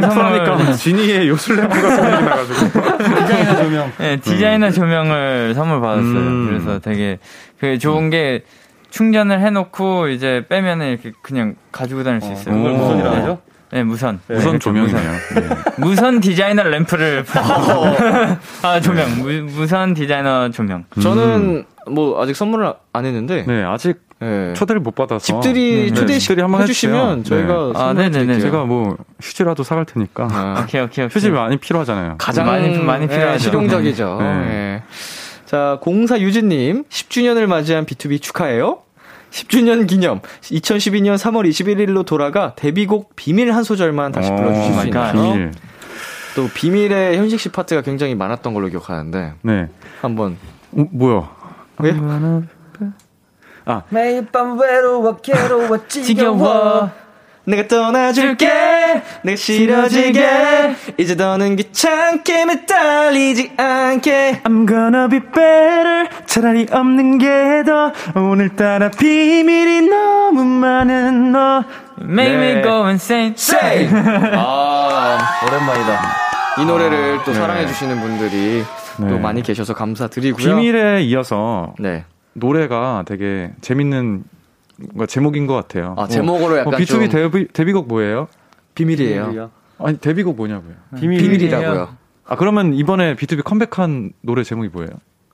Speaker 2: 네.
Speaker 7: 램프라니까 지니의 요술 램프가 소문이 나가지고.
Speaker 6: 디자이너 (laughs) 조명.
Speaker 9: 네, 디자이너 조명을 선물 받았어요.
Speaker 7: 음.
Speaker 9: 그래서 되게, 그 좋은 게, 충전을 해놓고, 이제 빼면은 이렇게 그냥 가지고 다닐 수 있어요.
Speaker 6: 그걸
Speaker 7: 오.
Speaker 6: 무선이라 하죠?
Speaker 9: 네, 무선.
Speaker 6: (laughs)
Speaker 7: 우선 조명이네요. 네.
Speaker 9: 무선 디자이너 램프를.
Speaker 6: 어.
Speaker 9: (laughs) 아, 조명. 무, 무선 디자이너 조명.
Speaker 2: 저는 뭐 아직 선물을 안 했는데
Speaker 7: 음. 네, 아직
Speaker 2: 예.
Speaker 7: 초대를 못 받아서.
Speaker 2: 집들이
Speaker 7: 네,
Speaker 2: 초대
Speaker 7: 집들이 한번
Speaker 2: 해주시면
Speaker 7: 해주세요. 네.
Speaker 2: 저희가
Speaker 9: 아,
Speaker 2: 선물
Speaker 9: 네네네.
Speaker 2: 드릴게요.
Speaker 7: 제가 뭐 휴지라도 사갈 테니까.
Speaker 9: 오케이, 오케이, 오케이.
Speaker 7: (laughs) 휴지 많이 필요하잖아요.
Speaker 2: 네. 가장
Speaker 9: 많이- 많이 필요하죠.
Speaker 2: 예, 실용적이죠.
Speaker 7: 네.
Speaker 2: 예. 자 공사 유진님 10주년을 맞이한 B2B 축하해요. 10주년 기념 2012년 3월 21일로 돌아가 데뷔곡 비밀 한 소절만 다시 불러주실 수
Speaker 7: 어, 오,
Speaker 2: 있나요?
Speaker 7: 비밀.
Speaker 2: 또 비밀의 현식 씨 파트가 굉장히 많았던 걸로 기억하는데
Speaker 7: 네.
Speaker 2: 한번 예?
Speaker 7: 어, 뭐야?
Speaker 2: 왜?
Speaker 7: 음,
Speaker 12: 매일 밤 외로워 괴로워
Speaker 9: 지겨워.
Speaker 2: 내가 떠나줄게 내가 싫어지게 이제 너는 귀찮게 매달리지 않게
Speaker 12: I'm gonna be better 차라리 없는 게 더 오늘따라 비밀이 너무 많은 너
Speaker 9: Make me go
Speaker 2: (laughs)
Speaker 9: insane.
Speaker 2: 세이 아,
Speaker 6: 오랜만이다.
Speaker 2: 이 노래를 또 사랑해주시는 분들이 또
Speaker 7: 네.
Speaker 2: 많이 계셔서 감사드리고요
Speaker 7: 비밀에 이어서
Speaker 2: 네.
Speaker 7: 노래가 되게 재밌는 뭔가 제목인 것 같아요.
Speaker 2: 아, 제목으로 약간
Speaker 7: 어, B2B
Speaker 2: 좀-
Speaker 7: 데뷔, 데뷔곡 뭐예요?
Speaker 2: 비밀이에요
Speaker 7: 아니, 데뷔곡 뭐냐고요?
Speaker 2: 비밀이라고요
Speaker 7: 아, 그러면 이번에 B2B 컴백한 노래 제목이 뭐예요?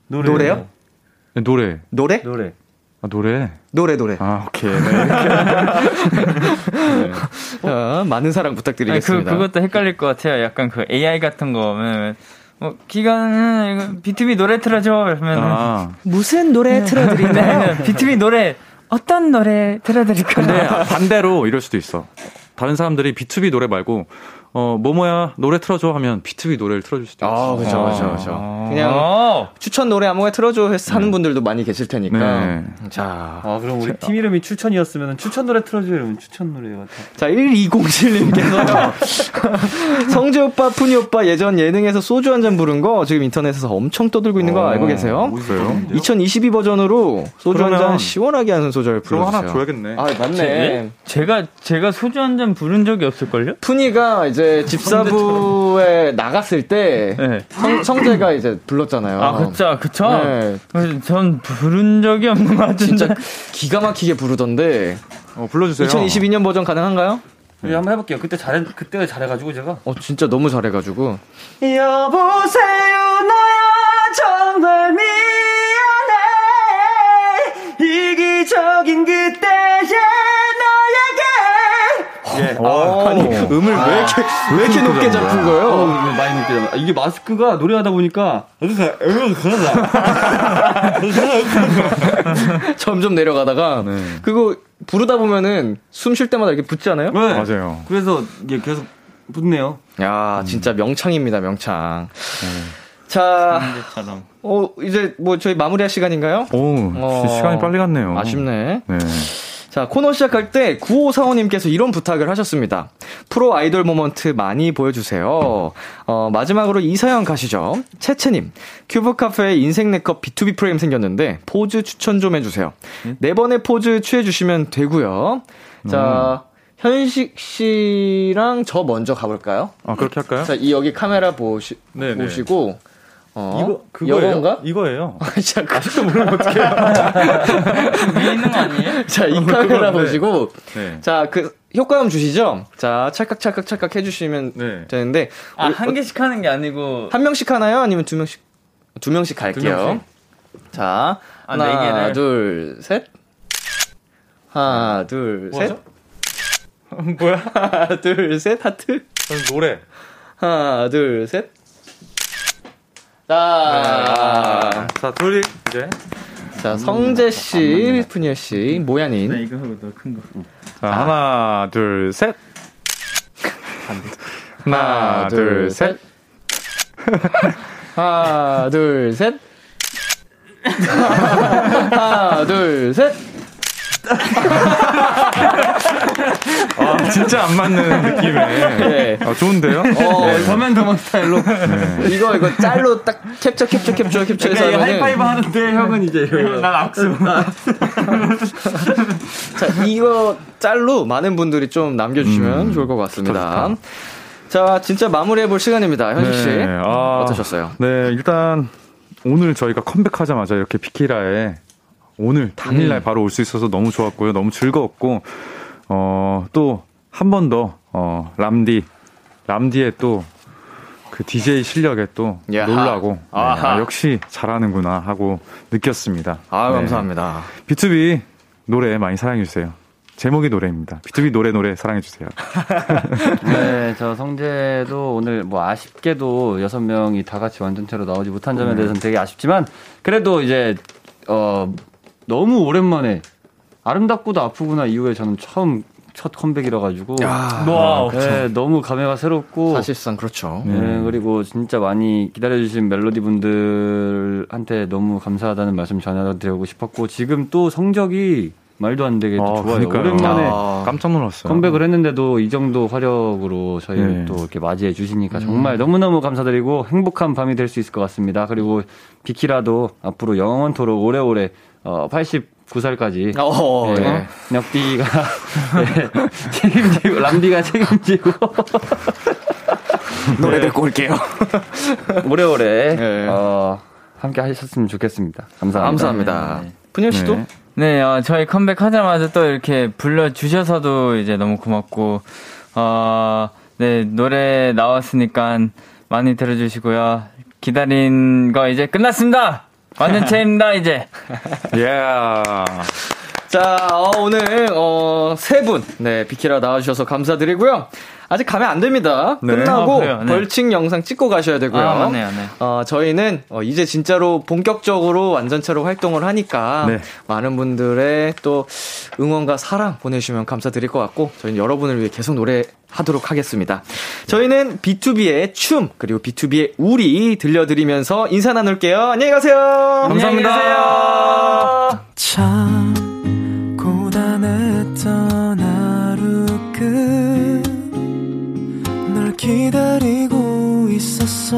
Speaker 6: 노래.
Speaker 2: 노래요?
Speaker 7: 네, 노래.
Speaker 2: 노래?
Speaker 6: 노래.
Speaker 7: 아, 노래?
Speaker 2: 노래 노래
Speaker 7: 아, 오케이. 네.
Speaker 2: 자, 어, 많은 사랑
Speaker 9: 아니, 그,
Speaker 2: 부탁드리겠습니다
Speaker 9: 그것도 헷갈릴 것 같아요. 약간 그 AI 같은 거. 하면 뭐, 기간, 이거 B2B 노래 틀어줘. 네, 이러면. (laughs)
Speaker 7: 아,
Speaker 11: 무슨 노래 틀어드리나요?
Speaker 9: B2B 노래, 어떤
Speaker 2: 네.
Speaker 9: 노래
Speaker 7: 아,
Speaker 9: 틀어드릴까요?
Speaker 7: 근데 반대로 이럴 수도 있어. 다른 사람들이 B2B 노래 말고 어, 뭐뭐야, 노래 틀어줘 하면 B2B 노래를 틀어줄 수도 있어요.
Speaker 2: 아, 그쵸, 그쵸, 그쵸. 그냥
Speaker 9: 어.
Speaker 2: 추천 노래 아무거나 틀어줘 해서 하는 분들도 많이 계실 테니까. 자,
Speaker 6: 아, 그럼 우리 팀 이름이 추천이었으면 추천 노래 틀어줘 이러면 추천 노래 같아.
Speaker 2: 자, 1207님께서요. (laughs) 성재 오빠, 푸니 오빠 예전 예능에서 소주 한 잔 부른 거 지금 인터넷에서 엄청 떠들고 있는
Speaker 7: 어,
Speaker 2: 거 알고 계세요?
Speaker 7: 뭐예요?
Speaker 2: 2022 버전으로 소주 한 잔
Speaker 7: 그러면
Speaker 2: 시원하게 하는 소절
Speaker 7: 그럼
Speaker 2: 불러주세요.
Speaker 7: 하나 줘야겠네.
Speaker 2: 아, 맞네.
Speaker 9: 제가 제가 소주 한 잔 부른 적이 없을걸요?
Speaker 2: 푸니가 이제 집사부에 나갔을 때
Speaker 9: 네.
Speaker 2: 성, 성재가 이제 불렀잖아요.
Speaker 9: 아, 그쵸, 그쵸.
Speaker 2: 네.
Speaker 9: 그래서 전 부른 적이 없는 것 같은데.
Speaker 2: 진짜 기가 막히게 부르던데
Speaker 7: 어, 불러주세요.
Speaker 2: 2022년 버전 가능한가요?
Speaker 6: 우리 한번 해볼게요. 그때 잘해 그때 잘해가지고 제가
Speaker 2: 어 진짜 너무 잘해가지고
Speaker 12: 여보세요 너야 정말 미안해 이기적인 그때의 너에게
Speaker 2: 예. 어, 아니 음을 왜 이렇게 왜 이렇게 높게 아, 잡은 거예요?
Speaker 6: 어, 많이 느끼잖아. 이게 마스크가 노래하다 보니까
Speaker 2: (laughs) 점점 내려가다가 그거 부르다 보면은 숨 쉴 때마다 이렇게 붙지 않아요?
Speaker 7: 네. 맞아요.
Speaker 6: 네. 그래서 이게 계속 붙네요.
Speaker 2: 야 진짜 명창입니다 명창. 네. 자, 어 이제 뭐 저희 마무리할 시간인가요?
Speaker 7: 오,
Speaker 2: 어.
Speaker 7: 시간이 빨리 갔네요.
Speaker 2: 아쉽네.
Speaker 7: 네.
Speaker 2: 자, 코너 시작할 때 9545님께서 이런 부탁을 하셨습니다. 프로 아이돌 모먼트 많이 보여주세요. 어, 마지막으로 이 사연 가시죠. 채채님, 큐브 카페에 인생 내컵 B2B 프레임 생겼는데 포즈 추천 좀 해주세요.
Speaker 7: 음.
Speaker 2: 네 번의 포즈 취해주시면 되고요. 자,
Speaker 7: 음.
Speaker 2: 현식 씨랑 저 먼저 가볼까요?
Speaker 7: 아, 그렇게 할까요?
Speaker 2: 자, 이 여기 카메라 보시,
Speaker 7: 네네.
Speaker 2: 보시고, 어,
Speaker 7: 이거, 그거예요?
Speaker 2: 요건가?
Speaker 7: 이거예요.
Speaker 2: (laughs) 잠깐.
Speaker 9: (laughs) 위에 그 있는 거 아니에요?
Speaker 2: 자,
Speaker 7: 어,
Speaker 2: 이 카메라 보시고,
Speaker 7: 네.
Speaker 2: 자, 그 효과음 주시죠. 자, 찰칵 찰칵 찰칵 해주시면
Speaker 7: 네.
Speaker 2: 되는데
Speaker 9: 아,
Speaker 2: 우리
Speaker 9: 한 개씩 하는 게 아니고.
Speaker 2: 어, 한 명씩 하나요? 아니면 두 명씩? 두 명씩 갈게요. 자,
Speaker 9: 아, 네
Speaker 2: 하나,
Speaker 9: 개를.
Speaker 2: 둘, 셋. 하나, 둘, 셋.
Speaker 7: 뭐야?
Speaker 2: 하나, 둘, 셋. 하트.
Speaker 7: 저는 노래.
Speaker 2: 하나, 둘, 셋. 자,
Speaker 6: 네.
Speaker 7: 자, 둘이 이제.
Speaker 2: 자 성재 씨, 푸니엘 씨, 모야닌.
Speaker 9: 이거 하고 더 큰 거.
Speaker 7: 자, 하나, 둘, 셋. 하나, 둘,
Speaker 6: (laughs)
Speaker 7: 셋.
Speaker 2: 하나, 둘,
Speaker 6: (laughs)
Speaker 2: 셋. 하나, 둘, 셋.
Speaker 7: 아, 진짜 안 맞는 느낌에.
Speaker 2: (laughs) 네.
Speaker 7: 아, 좋은데요?
Speaker 2: 어,
Speaker 9: 더맨더맨
Speaker 11: 네.
Speaker 9: 스타일로.
Speaker 2: 이거 이거 짤로 딱 캡처 캡처 캡처 캡처해서
Speaker 9: 네,
Speaker 6: 그러니까
Speaker 2: 하면은
Speaker 6: 하이파이브 하는데 형은 이제 난 악수.
Speaker 2: 자 이거 짤로 많은 분들이 좀
Speaker 7: 음,
Speaker 2: 남겨주시면 좋을 것 같습니다. 자 진짜 마무리해볼 시간입니다, 현식 씨
Speaker 7: 아,
Speaker 2: 어떠셨어요?
Speaker 7: 네, 일단 오늘 저희가 컴백하자마자 이렇게 비키라에 오늘
Speaker 2: 음.
Speaker 7: 당일날 바로 올 수 있어서 너무 좋았고요. 너무 즐거웠고, 어, 또 한 번 더, 어, 람디, 람디의 또 그 DJ 실력에 또
Speaker 2: 야하.
Speaker 7: 놀라고, 네,
Speaker 2: 아하.
Speaker 7: 아, 역시 잘하는구나 하고 느꼈습니다.
Speaker 2: 아
Speaker 7: 네.
Speaker 2: 감사합니다.
Speaker 7: B2B 노래 많이 사랑해주세요. 제목이 노래입니다. B2B 노래 노래 사랑해주세요.
Speaker 6: 네, 저 성재도 오늘 뭐 아쉽게도 여섯 명이 다 같이 완전체로 나오지 못한 점에 대해서는 되게 아쉽지만 그래도 이제 어 너무 오랜만에 아름답고도 아프구나 이후에 저는 처음 첫 컴백이라 가지고
Speaker 9: 와우.
Speaker 6: 네, 너무 감회가 새롭고
Speaker 2: 사실상 그렇죠.
Speaker 6: 네, 그리고 진짜 많이 기다려주신 멜로디 분들한테 너무 감사하다는 말씀 전해드리고 싶었고 지금 또 성적이 말도 안 되게 또 좋아요.
Speaker 7: 그러니까요.
Speaker 6: 오랜만에
Speaker 7: 아, 깜짝 놀랐어요.
Speaker 6: 컴백을 했는데도 이 정도 화력으로 저희를
Speaker 7: 네.
Speaker 6: 또 이렇게 맞이해 주시니까 정말 너무너무 감사드리고 행복한 밤이 될 수 있을 것 같습니다. 그리고 비키라도 앞으로 영원토록 오래오래 어,
Speaker 7: 네.
Speaker 6: 89살까지
Speaker 2: 어,
Speaker 6: 예,
Speaker 2: 예.
Speaker 6: 넉디가 (laughs) 예, 책임지고 람디가 책임지고
Speaker 2: 노래 듣고 올게요.
Speaker 7: 네.
Speaker 6: 오래오래
Speaker 2: 예.
Speaker 6: 어, 함께 하셨으면 좋겠습니다. 감사합니다.
Speaker 2: 감사합니다. 푸니 씨도
Speaker 7: 네.
Speaker 9: 네, 어, 저희 컴백하자마자 또 이렇게 불러주셔서도 이제 너무 고맙고, 어, 네, 노래 나왔으니까 많이 들어주시고요. 기다린 거 이제 끝났습니다! 완전체입니다, 이제.
Speaker 7: 예.
Speaker 13: 자, 어, 오늘, 어, 세 분, 네, 비키라 나와주셔서 감사드리고요. 아직 가면 안 됩니다.
Speaker 7: 네.
Speaker 13: 끝나고
Speaker 9: 아, 그래요? 네.
Speaker 13: 벌칙 영상 찍고 가셔야 되고요.
Speaker 9: 아, 맞네요, 네.
Speaker 13: 어, 저희는 어, 이제 진짜로 본격적으로 완전체로 활동을 하니까
Speaker 7: 네.
Speaker 13: 많은 분들의 또 응원과 사랑 보내주시면 감사드릴 것 같고 저희는 여러분을 위해 계속 노래하도록 하겠습니다. 저희는 B2B의 춤 그리고 B2B의 우리 들려드리면서 인사 나눌게요. 안녕히 가세요.
Speaker 9: 감사합니다.
Speaker 13: 안녕히 계세요.
Speaker 3: 참 고단했던 하루 끝널 기다리고 있었어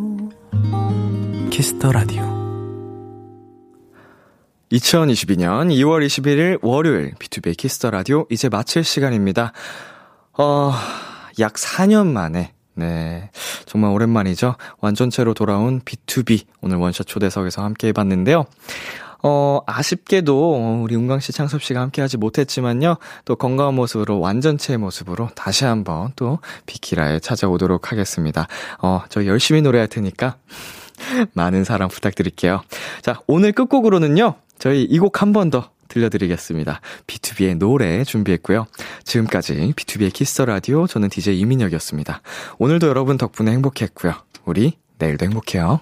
Speaker 3: 키스터 라디오
Speaker 2: 2022년 2월 21일 월요일 B2B 키스터 라디오 이제 마칠 시간입니다. 어, 약 4년 만에 네. 정말 오랜만이죠. 완전체로 돌아온 B2B 오늘 원샷 초대석에서 함께 해 봤는데요. 어, 아쉽게도 어, 우리 은광 씨, 창섭 씨가 함께 하지 못했지만요. 또 건강한 모습으로 완전체의 모습으로 다시 한번 또 비키라에 찾아오도록 하겠습니다. 어, 저 열심히 노래할 테니까 많은 사랑 부탁드릴게요. 자, 오늘 끝곡으로는요. 저희 이 곡 한 번 더 들려드리겠습니다. B2B의 노래 준비했고요. 지금까지 B2B의 키스터 라디오 저는 DJ 이민혁이었습니다. 오늘도 여러분 덕분에 행복했고요. 우리 내일도 행복해요.